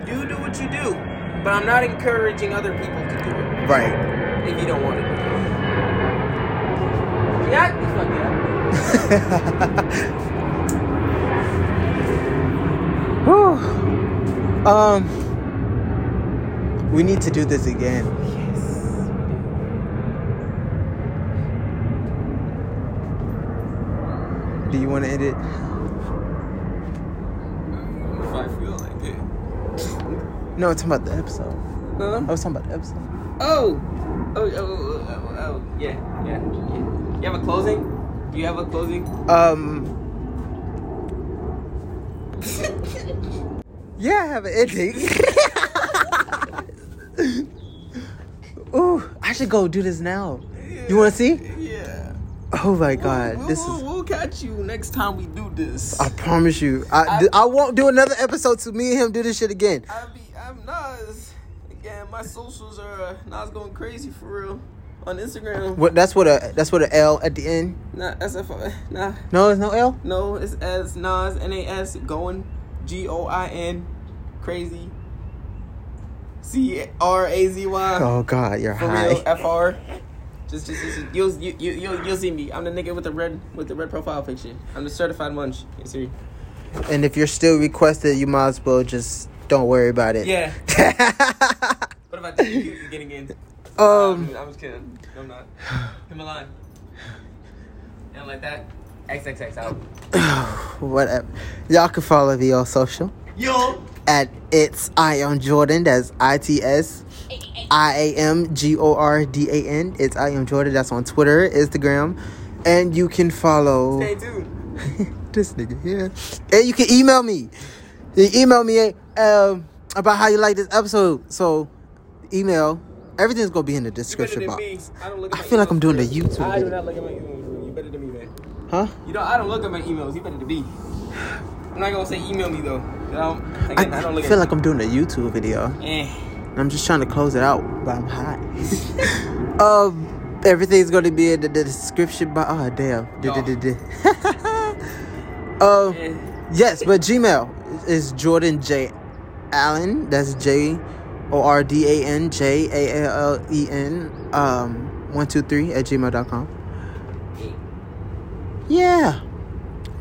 Speaker 4: You do what you do, but I'm not encouraging other people to do it
Speaker 1: Right.
Speaker 4: if you don't want to. do it. Yeah, fuck yeah.
Speaker 1: Whew. Um we need to do this again. Do you want to end it?
Speaker 4: If I feel like it.
Speaker 1: No, I'm talking about the episode.
Speaker 4: Huh?
Speaker 1: I was talking about the episode.
Speaker 4: Oh. Oh, oh, oh, oh, oh, yeah, yeah, yeah. You have a closing? Do you have a closing?
Speaker 1: Um. yeah, I have an ending. Ooh, I should go do this now. You want to see?
Speaker 4: Yeah.
Speaker 1: Oh my god, this is.
Speaker 4: we'll catch you next time we do this.
Speaker 1: I promise you, I, I won't do another episode to me and him do this shit again.
Speaker 4: I be, I'm Nas. Again, my socials are uh, Nas going crazy for real. On Instagram,
Speaker 1: What? That's what a that's what a L at the end.
Speaker 4: not SF, nah,
Speaker 1: No, there's no L.
Speaker 4: no, it's as Nas, N A S, going, G O I N, crazy, C R A Z Y,
Speaker 1: Oh god, you're
Speaker 4: for real,
Speaker 1: high.
Speaker 4: F R. Just, just, just, you'll, you, you, you'll, you'll see me. I'm the nigga with the red, with the red profile picture. I'm the certified munch. You see?
Speaker 1: And if you're still requested, you might as well just don't worry about it.
Speaker 4: Yeah. What about you? You getting in?
Speaker 1: um.
Speaker 4: I'm just kidding. I'm not. Come on. And like that. XXX out.
Speaker 1: Whatever. Y'all can follow me on social
Speaker 4: Yo.
Speaker 1: at it's Ion Jordan. That's I T S I A M G O R D A N. It's I am Jordan. That's on Twitter, Instagram, and you can follow
Speaker 4: Stay tuned.
Speaker 1: this nigga here. And you can email me. You can email me um, about how you like this episode. So, email. Everything's gonna be in the
Speaker 4: Better
Speaker 1: description
Speaker 4: than
Speaker 1: box.
Speaker 4: me. I don't look at
Speaker 1: I
Speaker 4: my
Speaker 1: feel like I'm
Speaker 4: emails.
Speaker 1: doing the YouTube.
Speaker 4: I do
Speaker 1: video.
Speaker 4: not look at my emails. You better than me, man.
Speaker 1: Huh?
Speaker 4: You know, I don't look at my emails. You better than me. I'm not gonna say email me though. I don't.
Speaker 1: I,
Speaker 4: Again, I, don't look
Speaker 1: feel
Speaker 4: at.
Speaker 1: like I'm doing a YouTube video.
Speaker 4: Eh.
Speaker 1: I'm just trying to close it out, but I'm hot. um, everything's gonna be in the, the description box. Oh damn!
Speaker 4: No.
Speaker 1: D-d-d-d. um,
Speaker 4: Eh.
Speaker 1: yes, but Gmail is Jordan J Allen. That's J O R D A N J A L L E N. Um, one two three at gmail.com.
Speaker 4: eh.
Speaker 1: Yeah.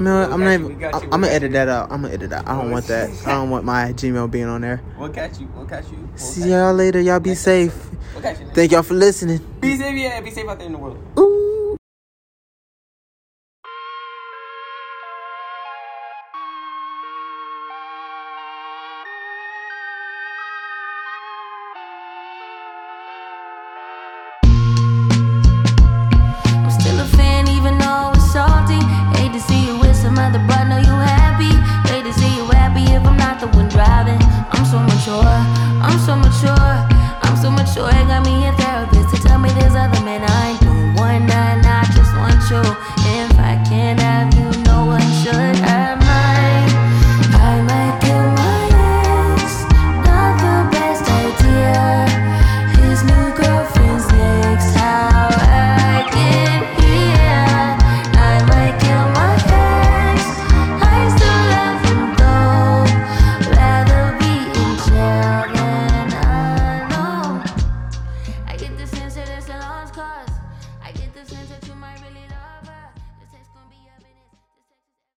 Speaker 1: No,
Speaker 4: We
Speaker 1: I'm
Speaker 4: got
Speaker 1: not.
Speaker 4: you, we
Speaker 1: Even,
Speaker 4: got
Speaker 1: I,
Speaker 4: you, we
Speaker 1: I'm gonna
Speaker 4: got
Speaker 1: edit that out. I'm gonna edit that. I don't want that. I don't want my Gmail being on there.
Speaker 4: We'll catch you. We'll catch you. We'll catch
Speaker 1: See
Speaker 4: you.
Speaker 1: y'all later. Y'all be
Speaker 4: Next
Speaker 1: safe.
Speaker 4: We'll catch you.
Speaker 1: Thank y'all for listening.
Speaker 4: Be safe, yeah. Be safe out there in the world.
Speaker 1: Ooh.